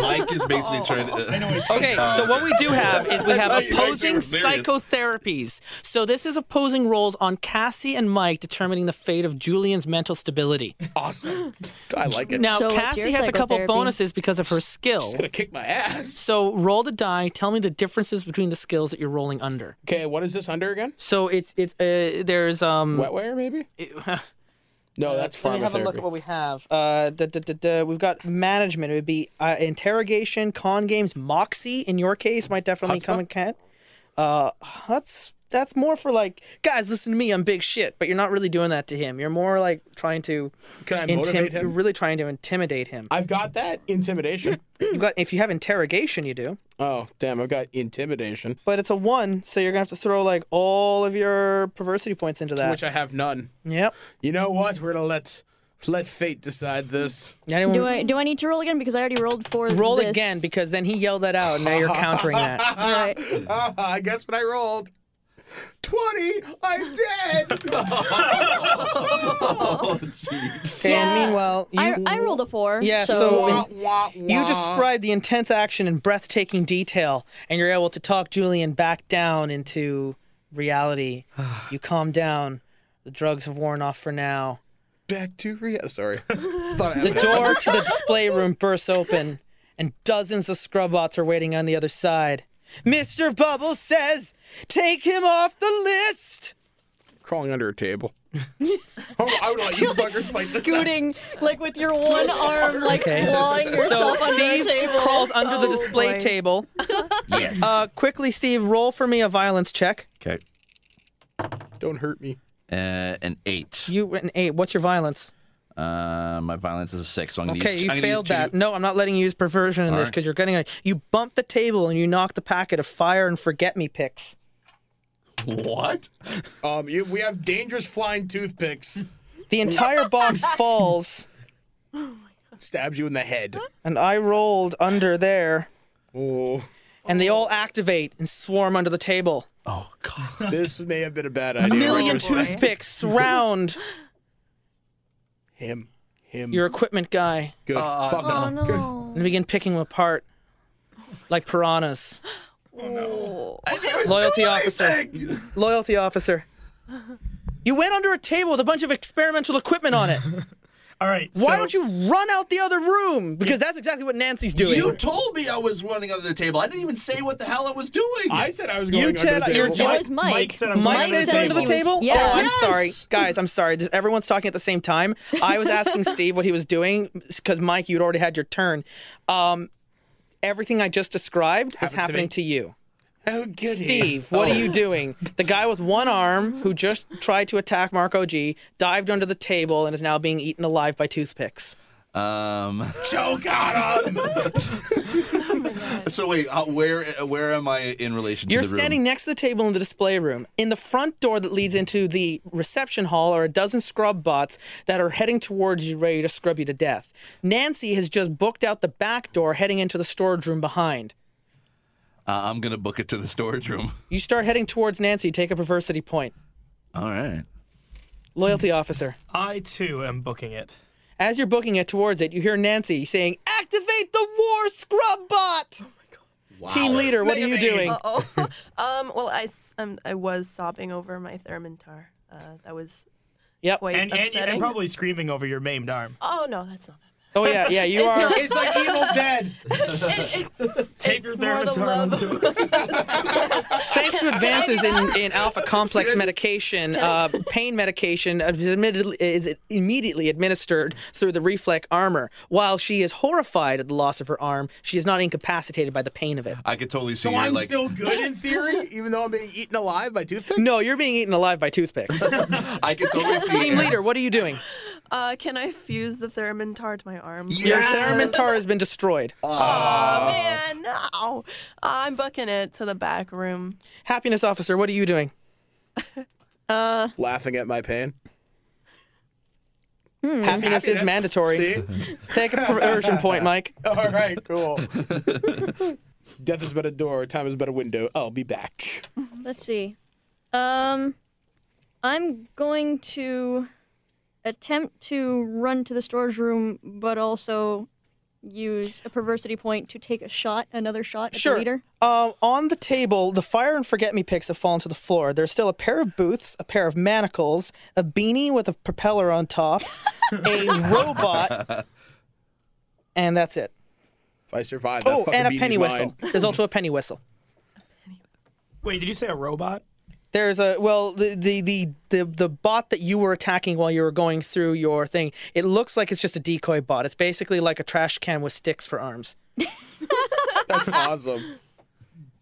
Mike is basically trying to.
Okay, so what we do have is we have
I thought you might
opposing
be rebellious.
psychotherapies. So this is opposing roles on Cassie and Mike determining the fate of Julian's mental stability.
Awesome. I like it.
Now
So what's
Cassie
your
has a couple
psychotherapy?
bonuses because of her skill.
Gonna kick my ass.
So roll the die. Tell me the differences between the skills that you're rolling under.
Okay, what is this under again?
So it's it, uh, there's um.
Wetware maybe? no, that's
uh, Let me have a look
pharmatherapy.
at what we have. Uh, da, da, da, da. We've got management. It would be uh, interrogation, con games, moxie. In your case, might definitely come in cat. Uh, that's that's more for like guys. Listen to me, I'm big shit. But you're not really doing that to him. You're more like trying to
Can I motivate
You're
him?
really trying to intimidate him.
I've got that intimidation.
You got if you have interrogation, you do.
oh damn, I've got intimidation,
But it's a one, so you're gonna have to throw like all of your perversity points into that.
which I have none.
yep.
You know what? We're gonna let let fate decide this.
Anyone
Do I do I need to roll again because I already rolled for
roll
this.
again because then he yelled that out, and now you're countering that.
All right.
Ah, I guess what I rolled. Twenty. I'm dead.
Okay,
Yeah,
and meanwhile, you,
I, I rolled a four.
Yeah, so
So,
in- you describe the intense action in breathtaking detail, and you're able to talk Julian back down into reality. you calm down. The drugs have worn off for now.
Back to Ria. Sorry. Thought I
The
had it.
door to the display room bursts open, and dozens of scrubbots are waiting on the other side. Mr. Bubbles says, "Take him off the list."
crawling under a table. Hold on, Oh, I would let you fuckers fight this out.
scooting like with your one arm, like
Okay.
clawing
So
yourself under
Steve
the table.
crawls under the
Oh,
display
boy.
table.
yes.
Uh, quickly, Steve, roll for me a violence check.
okay.
Don't hurt me.
Uh, an eight.
You an eight. What's your violence?
Uh, my violence is a six. So I'm gonna
Okay,
use,
you
I'm gonna
failed
use two.
that. No, I'm not letting you use perversion in this
right.
because you're getting a. You bump the table and you knock the packet of fire and forget me picks.
What?
Um, you, we have dangerous flying toothpicks.
The entire box falls,
Stabs you in the head.
and I rolled under there,
Oh,
and they all activate and swarm under the table.
Oh God.
this may have been a bad
A
idea.
million
Retrospect.
toothpicks surround
Him. Him.
your equipment guy
good. Fuck
Oh
him. Good.
no.
and begin picking them apart like piranhas.
Oh.
Loyalty officer. Loyalty officer. You went under a table with a bunch of experimental equipment on it.
All right.
Why
so-
don't you run out the other room? Because that's exactly what Nancy's doing.
You told me I was running under the table. I didn't even say what the hell I was doing.
I said I was going under
said
the
you're-
table.
It
Mike-
was Mike.
Mike said I'm
Mike
Mike
says
said
under the
he was-
table?
yeah.
Oh, I'm
Yes.
sorry. Guys, I'm sorry. Just everyone's talking at the same time. I was asking Steve what he was doing because, Mike, you'd already had your turn. Um, everything I just described
Happens
is
to
happening
me.
to, you.
Oh, goody.
Steve, what are you doing? The guy with one arm who just tried to attack Marco G dived under the table and is now being eaten alive by toothpicks.
Um.
Joke on him.
So wait, uh, where uh, where am I in relation to
You're
the room?
standing next to the table in the display room. In the front door that leads into the reception hall are a dozen scrub bots that are heading towards you, ready to scrub you to death. Nancy has just booked out the back door, heading into the storage room behind.
Uh, I'm gonna book it to the storage room.
You start heading towards Nancy. Take a perversity point.
All right.
Loyalty officer.
I too am booking it.
As you're booking it towards it, you hear Nancy saying, Activate the war scrub bot! Team leader, what are you doing?
Oh. um. Well, I s- um, I was sobbing over my thermantar. Uh, that was
Yep.
quite
And, and,
upsetting.
and probably screaming over your maimed arm.
Oh no, that's not. That.
Oh, yeah, yeah, you are.
It's like Evil Dead.
Take your
It's more the
thermantar. and
love.
do it.
thanks to advances in, in alpha complex medication, uh, pain medication is, admittedly, is immediately administered through the reflex armor. While she is horrified at the loss of her arm, she is not incapacitated by the pain of it.
I could totally see
So
you
I'm
like.
still good in theory, even though I'm being eaten alive by toothpicks?
No, you're being eaten alive by toothpicks.
I could totally see.
Team leader, what are you doing?
Uh, can I fuse the thermantar to my arm?
Your
Yes.
Theramintar has been destroyed.
Oh man, no! I'm booking it to the back room.
Happiness officer, what are you doing?
Uh,
Laughing at my pain.
Happiness, is
Happiness.
mandatory.
See?
Take a perversion point, Mike.
All right, cool. Death is but a door, time is but a window. I'll be back.
let's see. Um, I'm going to attempt to run to the storage room, but also use a perversity point to take a shot, another shot at the leader.
Um, on the table, the fire and forget me picks have fallen to the floor. There's still a pair of boots, a pair of manacles, a beanie with a propeller on top, a robot, and that's it.
If I survive, that
Oh,
fucking
and a
beanie's
penny whistle.
mine.
There's also a penny whistle.
Wait, did you say a robot?
There's a well, the, the the the the bot that you were attacking while you were going through your thing. It looks like it's just a decoy bot. It's basically like a trash can with sticks for arms.
That's awesome.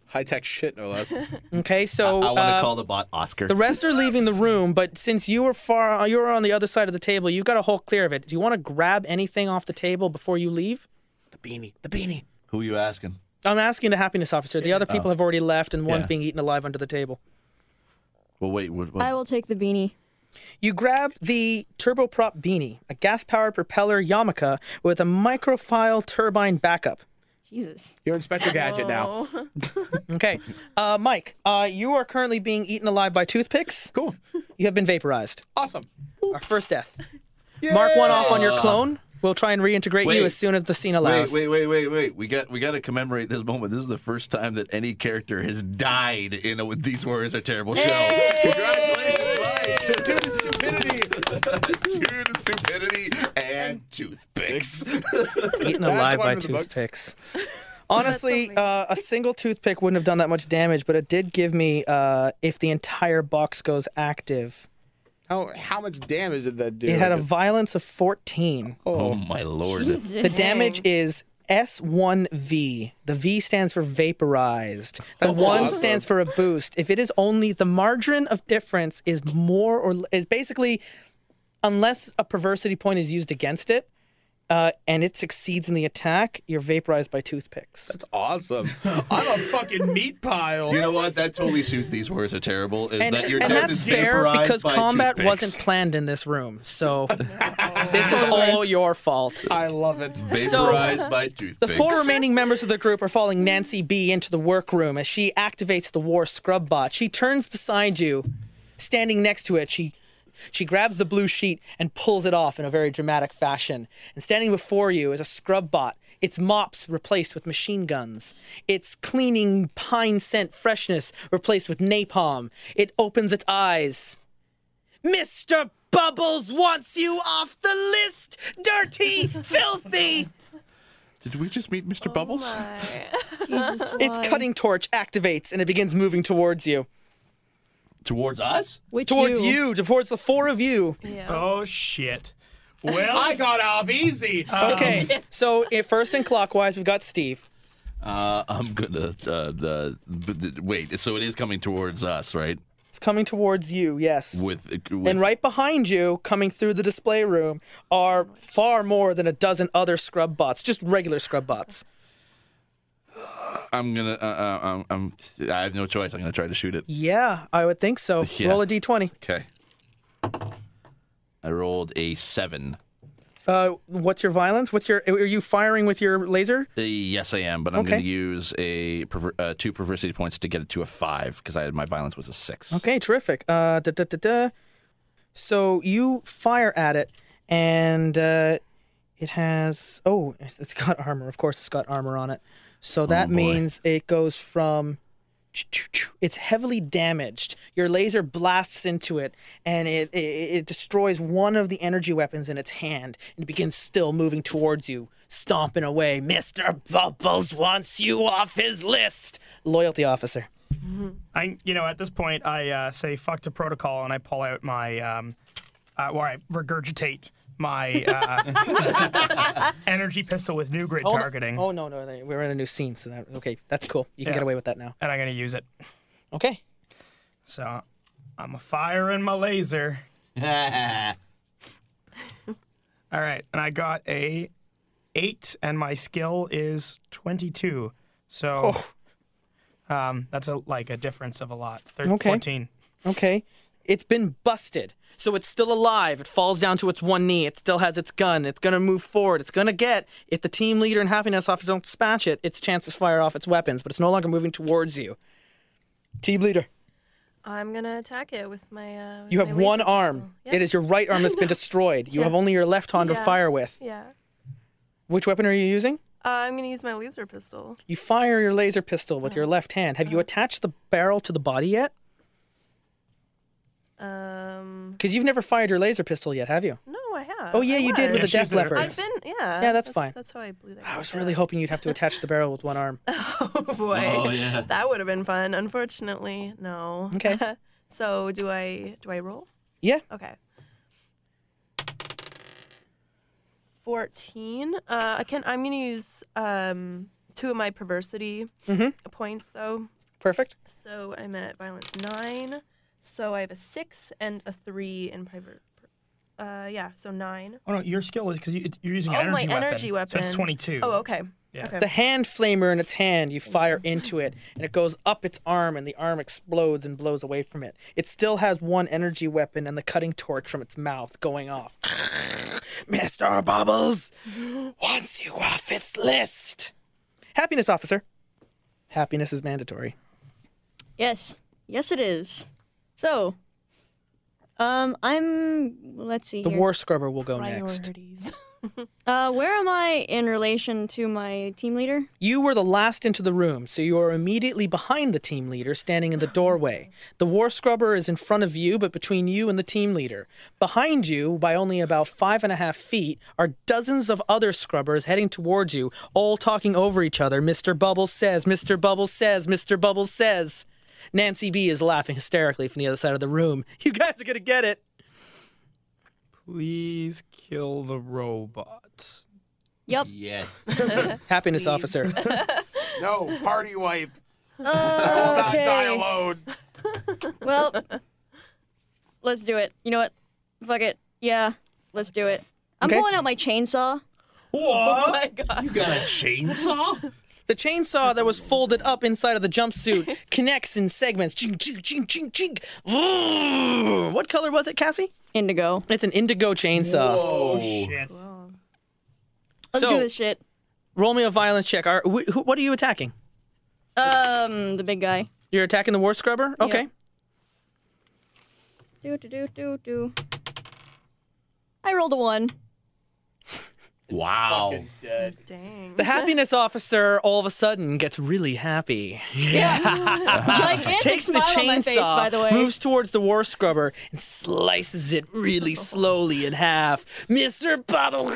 High tech shit, no less.
Okay, so
I want to
uh,
call the bot Oscar.
The rest are leaving the room, but since you were far, you were on the other side of the table. You got a whole clear of it. Do you want to grab anything off the table before you leave?
The beanie. The beanie.
Who you asking?
I'm asking the happiness officer. The other people have already left, and
Oh.
one's
Yeah.
being eaten alive under the table.
Well, wait. What, what?
I will take the beanie.
You grab the turboprop beanie, a gas-powered propeller Yamaka with a microfile turbine backup.
Jesus.
You're Inspector Gadget
Oh.
now.
Okay, uh, Mike, uh, you are currently being eaten alive by toothpicks.
Cool.
You have been vaporized.
Awesome.
Our first death. Mark one off on your clone. We'll try and reintegrate
Wait.
you as soon as the scene allows.
Wait, wait, wait, wait, wait. We got we got to commemorate this moment. This is the first time that any character has died in a These Warriors Are Terrible show. Congratulations, Mike.
Dude, it's stupidity.
Due to stupidity and toothpicks.
Eaten
That's
alive
one
by
for the books.
toothpicks. Honestly, uh, a single toothpick wouldn't have done that much damage, but it did give me uh, if the entire box goes active.
How how much damage did that do?
It had a violence of 14.
Oh my lord.
The damage is S1V. The V stands for vaporized. The
That's
one
awesome.
stands for a boost. If it is only the margin of difference is more or is basically unless a perversity point is used against it. Uh, and it succeeds in the attack, you're vaporized by toothpicks.
That's awesome. I'm a fucking meat pile.
You know what? That totally suits These Warriors Are Terrible. Is
and,
that your
and
death
that's
is
fair
vaporized
because
by
combat
toothpicks.
wasn't planned in this room so this is all your fault
I love it.
vaporized by toothpicks.
the four remaining members of the group are following Nancy B into the workroom as she activates the war scrub bot. She turns beside you, standing next to it. She she grabs the blue sheet and pulls it off in a very dramatic fashion. And standing before you is a scrub bot, its mops replaced with machine guns, its cleaning pine scent freshness replaced with napalm. It opens its eyes. Mr. Bubbles wants you off the list, dirty, filthy
Did we just meet
Oh
Mr. Bubbles?
Jesus.
Its
why?
cutting torch activates and it begins moving towards you.
Towards us?
Which
Towards you, towards the four of you.
Yeah.
Oh shit. Well, uh,
I got off easy.
Okay, so if first and clockwise, we've got Steve.
Uh, I'm gonna. Uh, the, but the- wait. So it is coming towards us, right?
It's coming towards you, yes.
With, with
And right behind you, coming through the display room, are far more than a dozen other scrub bots, just regular scrub bots.
I'm gonna. Uh, uh, um, I'm. I have no choice. I'm gonna try to shoot it.
Yeah, I would think so.
Yeah.
Roll a d20.
Okay. I rolled a seven.
Uh, what's your violence? What's your? Are you firing with your laser?
Uh, yes, I am, but I'm
Okay.
gonna use a perver- uh, two perversity points to get it to a five because I had my violence was a six.
Okay, terrific. Uh, da, da, da, da. So you fire at it, and uh, it has. Oh, it's- it's got armor. Of course, it's got armor on it. So that
boy.
means it goes from. It's heavily damaged. Your laser blasts into it, and it, it it destroys one of the energy weapons in its hand, and it begins still moving towards you, stomping away. Mister Bubbles wants you off his list, loyalty officer.
I, you know, at this point, I uh, say fuck to protocol, and I pull out my, um, uh, or I regurgitate my uh, energy pistol with new grid
Oh, no-
targeting,
Oh no, no, they- we're in a new scene, so that, okay, that's cool. You can
Mm-hmm. Yeah.
get away with that now.
and I'm gonna use it.
Okay.
So I'm firing my laser. All right, and I got a eight, and my skill is twenty-two. So, um, that's a like a difference of a lot. Thir-
Okay.
Fourteen.
Okay. It's been busted. So it's still alive. It falls down to its one knee. It still has its gun. It's gonna move forward. It's gonna get if the team leader and happiness officer don't dispatch it, its chances fire off its weapons, but it's no longer moving towards you. Team leader.
I'm gonna attack it with my. Uh, with
You
my
have
laser
one
pistol.
arm.
Yeah.
It is your right arm that's been destroyed. You have only your left hand
Yeah.
to fire with.
Yeah.
Which weapon are you using?
Uh, I'm gonna use my laser pistol.
You fire your laser pistol
Uh-huh.
with your left hand. Have you attached the barrel to the body yet?
Um.
Because you've never fired your laser pistol yet, have you?
No, I have.
Oh, yeah,
Uh, I
you
was.
did with the death leopard.
I've been. Yeah.
Yeah, that's fine.
That's how I blew that.
I was really hoping you'd have to attach the barrel with one arm.
Oh boy.
Oh, yeah.
That would have been fun. Unfortunately, no.
Okay.
so do I? Do I roll?
Yeah.
Okay. Fourteen. Uh, I can. I'm gonna use um two of my perversity
Mhm.
points though.
Perfect.
So I'm at violence nine. So I have a six and a three in private. Uh, yeah. So nine.
Oh no, your skill is because you, it- you're using
oh,
an
my
energy weapon.
energy weapon.
So it's 22.
Oh, okay. Okay.
The hand flamer in its hand, you fire into it, and it goes up its arm, and the arm explodes and blows away from it. It still has one energy weapon and the cutting torch from its mouth going off. Mr. Bubbles, once you off its list. Happiness officer. Happiness is mandatory.
Yes. Yes, it is. So, um, I'm. Let's see.
The
here.
war scrubber will go next.
Uh, where am I in relation to my team leader?
You were the last into the room, so you are immediately behind the team leader standing in the doorway. The war scrubber is in front of you, but between you and the team leader. Behind you, by only about five and a half feet, are dozens of other scrubbers heading towards you, all talking over each other. Mr. Bubbles says, Mr. Bubbles says, Mr. Bubbles says. Nancy B is laughing hysterically from the other side of the room. You guys are gonna get it.
Please kill the robot.
Yep.
Yes.
Happiness officer.
No, party wipe. I will not die
Okay.
alone.
well, let's do it. You know what? Fuck it. Yeah, let's do it. I'm
Okay.
pulling out my chainsaw.
What?
Oh my god.
You got a chainsaw? The chainsaw that was folded up inside of the jumpsuit connects in segments. Chink, chink, chink, chink, chink. Vroom. What color was it, Cassie?
Indigo.
It's an indigo chainsaw.
Oh shit.
Let's
So-
do this shit.
Roll me a violence check. Are, wh- who, what are you attacking?
Um, the big guy.
You're attacking the war scrubber? Okay.
Do do do do do. I rolled a one.
Wow.
Dang.
Mm-hmm.
The happiness officer all of a sudden gets really happy.
Yeah. Gigantic
Uh, Takes the
smile on my
chainsaw,
face, by the way.
moves towards the war scrubber, and slices it really slowly in half. Mr. Bubble.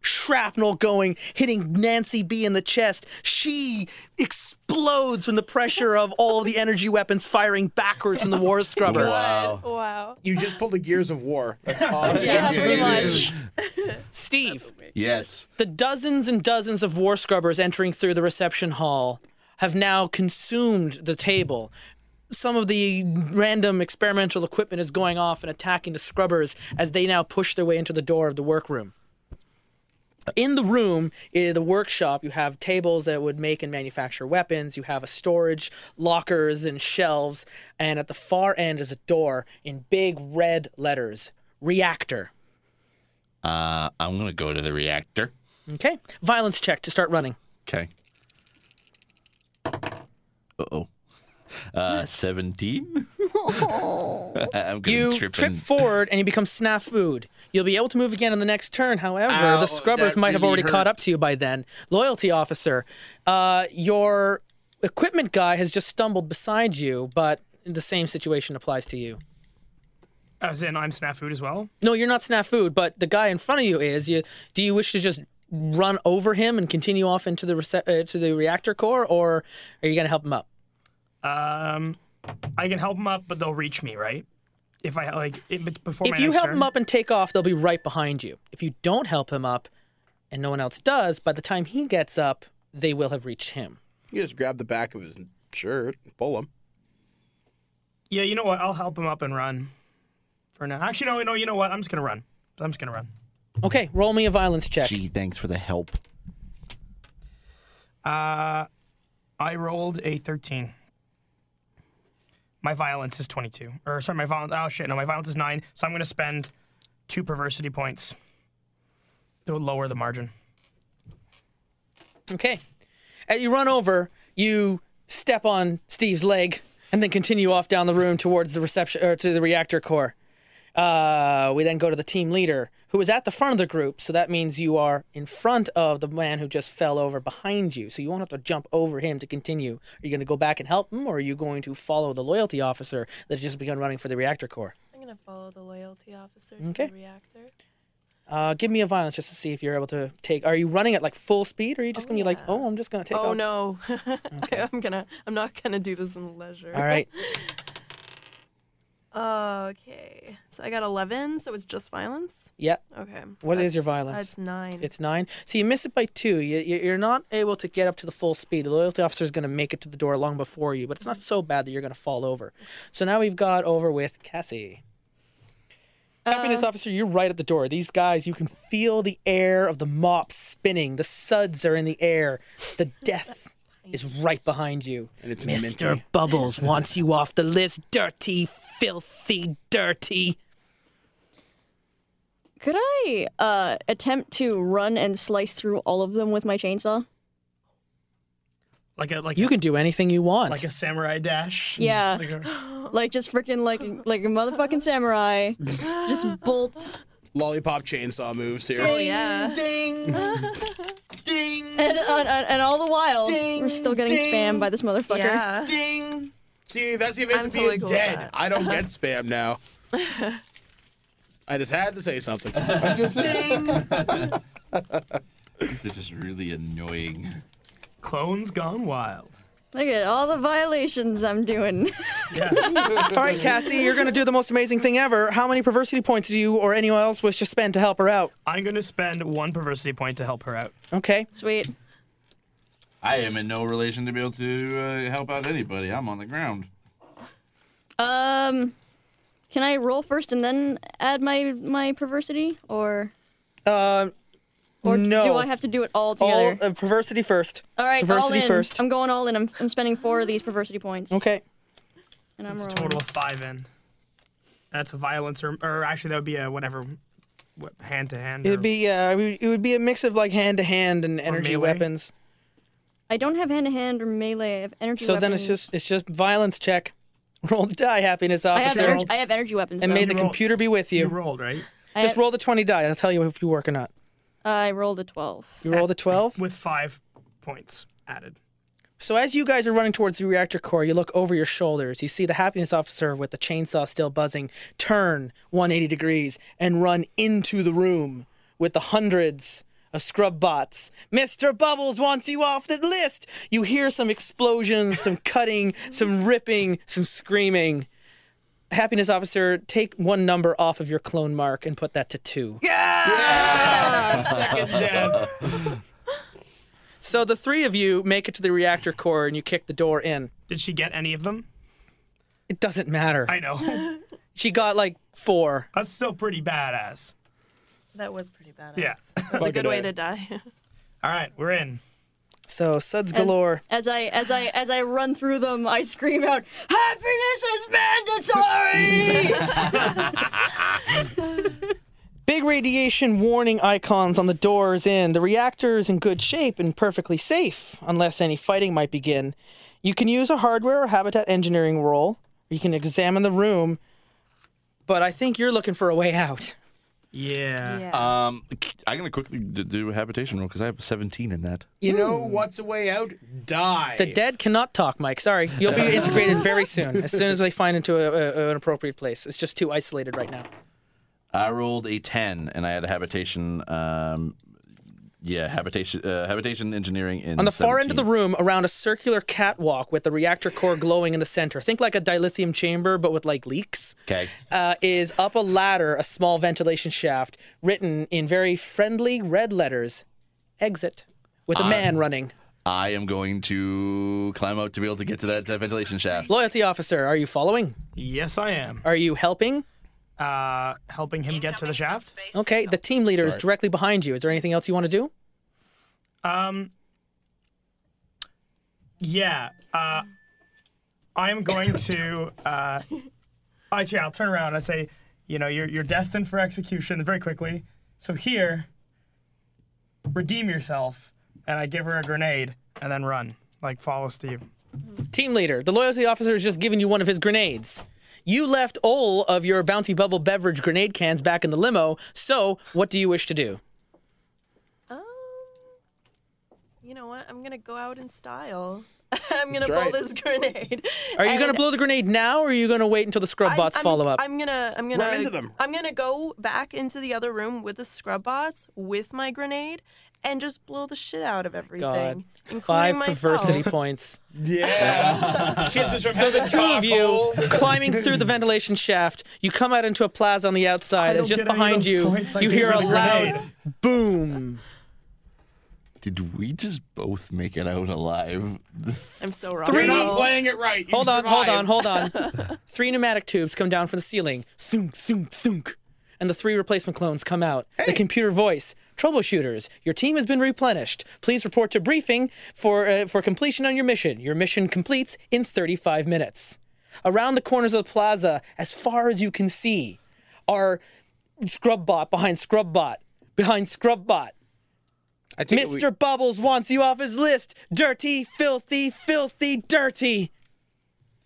Shrapnel going, hitting Nancy B in the chest. She explodes from the pressure of all the energy weapons firing backwards from the war scrubber.
Oh.
Wow.
Wow.
You just pulled the Gears of War. That's awesome.
Yeah, pretty much. Steve,
Yes.
the dozens and dozens of war scrubbers entering through the reception hall have now consumed the table. Some of the random experimental equipment is going off and attacking the scrubbers as they now push their way into the door of the workroom. In the room, in the workshop, you have tables that would make and manufacture weapons. You have a storage, lockers, and shelves. And at the far end is a door in big red letters Reactor.
Uh, I'm going to go to the reactor.
Okay. Violence check to start running.
Okay. Uh-oh. Uh, 17? I'm gonna
you
trip
trip,
and-
forward and you become snafu'd. You'll be able to move again on the next turn. However,
Ow,
the scrubbers
that
might have
really
already
hurt.
caught up to you by then. Loyalty officer, uh, your equipment guy has just stumbled beside you, but the same situation applies to you.
As in, I'm snafu'd as well.
No, you're not snafu'd, but the guy in front of you is. You do you wish to just run over him and continue off into the rece- uh, to the reactor core, or are you going to help him up?
Um, I can help them up, but they'll reach me, right? If I like it, but before my
if you
next
help
turn?
him up and take off, they'll be right behind you. If you don't help him up, and no one else does, by the time he gets up, they will have reached him.
You just grab the back of his shirt, pull him.
Yeah, you know what? I'll help him up and run. For now, actually, no, no. You know what? I'm just gonna run. I'm just gonna run.
Okay, roll me a violence check.
Gee, thanks for the help.
Uh, I rolled a 13. My violence is 22. Or sorry, my violence. Oh shit, no, my violence is nine. So I'm gonna spend two perversity points to lower the margin.
Okay. As you run Uh, over, you step on Steve's leg, and then continue off down the room towards the reception or to the reactor core. Uh, we then go to the team leader, who is at the front of the group, so that means you are in front of the man who just fell over behind you. So you won't have to jump over him to continue. Are you going to go back and help him, or are you going to follow the loyalty officer that has just begun running for the reactor core?
I'm gonna follow the loyalty officer
Okay.
to the reactor.
Uh, give me a violence just to see if you're able to take. Are you running at like full speed, or are you just gonna be like, oh, I'm just gonna take?
oh
off?
no, I, I'm gonna. I'm not gonna do this in leisure.
All right.
okay, so I got 11, so it's just violence.
Yeah.
Okay.
What is your
That's-
violence?
That's nine.
It's nine. So you miss it by two. You, you- you're not able to get up to the full speed. The loyalty officer is going to make it to the door long before you, but it's not so bad that you're going to fall over. So now we've got over with Cassie. Happiness officer, you're right at the door. These guys, you can feel the air of the mop spinning. The suds are in the air. The death is right behind you.
And it's
Mr.
minty.
Bubbles wants you off the list. Dirty, filthy, dirty.
Could I uh, attempt to run and slice through all of them with my chainsaw?
Like a like
You can do anything you want.
like a samurai dash.
Yeah.
Like a-
Like just freaking like like a motherfucking samurai, just bolt.
Lollipop chainsaw moves here.
Oh yeah.
Ding.
Ding.
And, uh, and, and all the while, we're still getting
ding.
spammed by this motherfucker.
yeah.
Ding. See, that's the advantage
I'm
of
totally
being
cool with
dead.
that.
I don't get spam now. I just had to say something. I just ding.
These are just really annoying.
Clones gone wild.
Look at all the violations I'm doing.
Yeah.
All right, Cassie, you're going to do the most amazing thing ever. How many perversity points do you or anyone else wish to spend to help her out?
I'm gonna spend one perversity point to help her out.
Okay.
Sweet.
I am in no relation to be able to uh, help out anybody. I'm on the ground.
Um, can I roll first and then add my my perversity, or
Um,
or
no.
do I have to do it all
all,
together?
uh, perversity first.
all right, all
Perversity
in.
first.
I'm going all in. I'm, I'm spending four of these perversity points.
Okay.
And I'm
It's a
rolling.
total of five in. That's a violence or, or actually that would be a whatever, what, hand to hand. or-
It'd be yeah, it would- it would be a mix of like hand to hand and energy
melee.
weapons.
I don't have hand to hand or melee. I have energy.
So then
weapons.
it's just it's just violence check. Roll the die, happiness
I have
officer,
energy. I have energy weapons.
and
though.
may the computer be with you.
You rolled right
I
Just
have-
roll the twenty die. I'll tell you if you work or not.
I rolled a twelve.
You roll the twelve.
with five points added.
So as you guys are running towards the reactor core, you look over your shoulders. You see the happiness officer with the chainsaw still buzzing turn 180 degrees and run into the room with the hundreds of scrub bots. Mr. Bubbles wants you off the list. You hear some explosions, some cutting, some ripping, some screaming. Happiness officer, take one number off of your clone mark and put that to 2.
Second death.
So the three of you make it to the reactor core and you kick the door in.
Did she get any of them?
It doesn't matter.
I know.
She got like 4.
That's still pretty badass.
That was pretty badass.
Yeah.
That's a good way to die.
All right, we're in.
So suds
As-
galore.
As, I as I as I run through them, I scream out, "Happiness is mandatory!"
Big radiation warning icons on the doors in. The reactor is in good shape and perfectly safe, unless any fighting might begin. You can use a hardware or habitat engineering roll. You can examine the room, but I think you're looking for a way out.
Yeah.
Um, c- I'm gonna quickly d- do a habitation roll because I have 17 in that.
You know what's a way out? Die.
The dead cannot talk, Mike. Sorry, you'll be integrated very soon. As soon as they find into a, a, an appropriate place, it's just too isolated right now.
I rolled a 10 and I had a habitation. Um, yeah, habitation, uh, habitation engineering in
On the far end of the
17.
room, around a circular catwalk with the reactor core glowing in the center. Think like a dilithium chamber, but with like leaks.
Okay.
uh, is up a ladder, a small ventilation shaft, written in very friendly red letters, exit, with a
Ah.
man running.
I am going to climb up to be able to get to that uh, ventilation shaft.
Loyalty officer, are you following?
Yes, I am.
Are you helping?
Uh, helping him get to the shaft.
Okay, the team leader is directly behind you. Is there anything else you want to do?
Um. Yeah. Uh, I'm going to. Uh, I yeah, I'll turn around. and I say, you know, you're you're destined for execution very quickly. So here, redeem yourself, and I give her a grenade, and then run, like follow Steve.
Team leader, the loyalty officer has just given you one of his grenades. You left all of your bounty bubble beverage grenade cans back in the limo, so what do you wish to do?
Um, You know what? I'm gonna go out in style. I'm gonna blow
right.
this grenade.
Are you
And
going to blow the grenade now, or are you going to wait until the scrub bots
I'm,
follow up?
I'm gonna I'm gonna
Run into them.
I'm gonna go back into the other room with the scrub bots with my grenade and just blow the shit out of everything.
God,
including
five
myself.
perversity points.
Yeah. Kisses from
So the
Heather
two of you
Pothole.
climbing through the ventilation shaft, you come out into a plaza on the outside,
I
and
don't
just
get any of
behind
those
you,
points I
you
gave
hear a
with the
loud
grenade.
boom.
Did we just both make it out alive?
I'm so wrong.
Three-
You're not playing it right. You
Hold on, hold
survived.
on, hold on. Three pneumatic tubes come down from the ceiling. Thunk, thunk, thunk. And the three replacement clones come out. The computer voice. Troubleshooters, your team has been replenished. Please report to briefing for uh, for completion on your mission. Your mission completes in 35 minutes. Around the corners of the plaza, as far as you can see, are scrub bot behind scrub bot behind scrub bot.
take it
Mr. Bubbles wants you off his list. Dirty, filthy, filthy, dirty.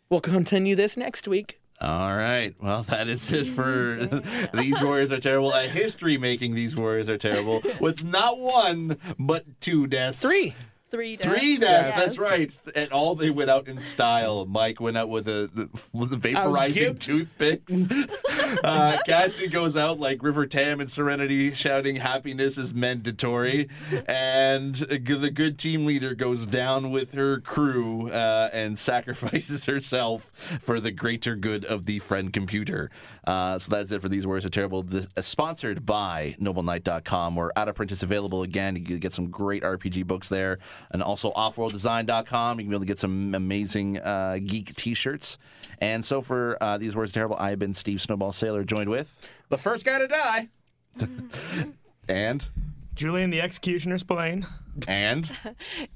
We'll continue this next week.
All right. Well, that is it for These Warriors Are Terrible. A history making These Warriors Are Terrible with not one, but two deaths. Three.
Three deaths.
Three deaths. That's right. And all they went out in style. Mike went out with a the, with the vaporizing
gibbed.
toothpicks. uh, Cassie goes out like River Tam and Serenity, shouting "Happiness is mandatory." And g- the good team leader goes down with her crew uh, and sacrifices herself for the greater good of the friend computer. Uh, so that's it for these words are terrible. This, uh, sponsored by NobleKnight.com, where out of print is available again. You can get some great RPG books there, and also OffworldDesign.com. You can be able to get some amazing uh, geek T-shirts. And so for uh, these words are terrible, I've been Steve Snowball Sailor, joined with
the first guy to die.
and
Julian the Executioner's Plane.
and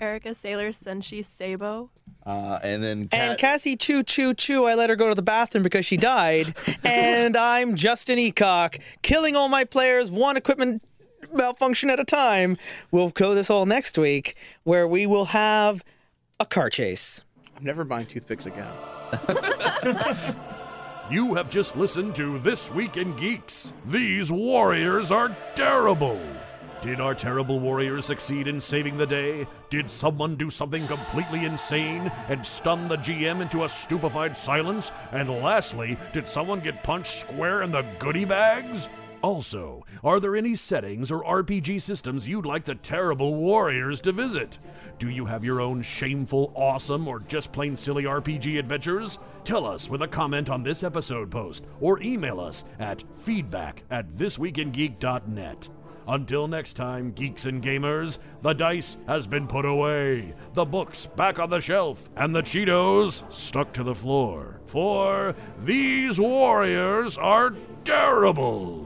Erica Sailor Senshi Sabo.
uh, and then
And Cassie Choo Choo Choo, I let her go to the bathroom because she died. and I'm Justin Eacock, killing all my players one equipment malfunction at a time. We'll go this all next week where we will have a car chase.
I'm never buying toothpicks again.
You have just listened to This Week in Geeks. These warriors are terrible. Did our terrible warriors succeed in saving the day? Did someone do something completely insane and stun the GM into a stupefied silence? And lastly, did someone get punched square in the goodie bags? Also, are there any settings or RPG systems you'd like the terrible warriors to visit? Do you have your own shameful, awesome, or just plain silly RPG adventures? Tell us with a comment on this episode post or email us at feedback at thisweekingeek.net. Until next time, geeks and gamers, the dice has been put away, the books back on the shelf, and the Cheetos stuck to the floor. For these warriors are terrible.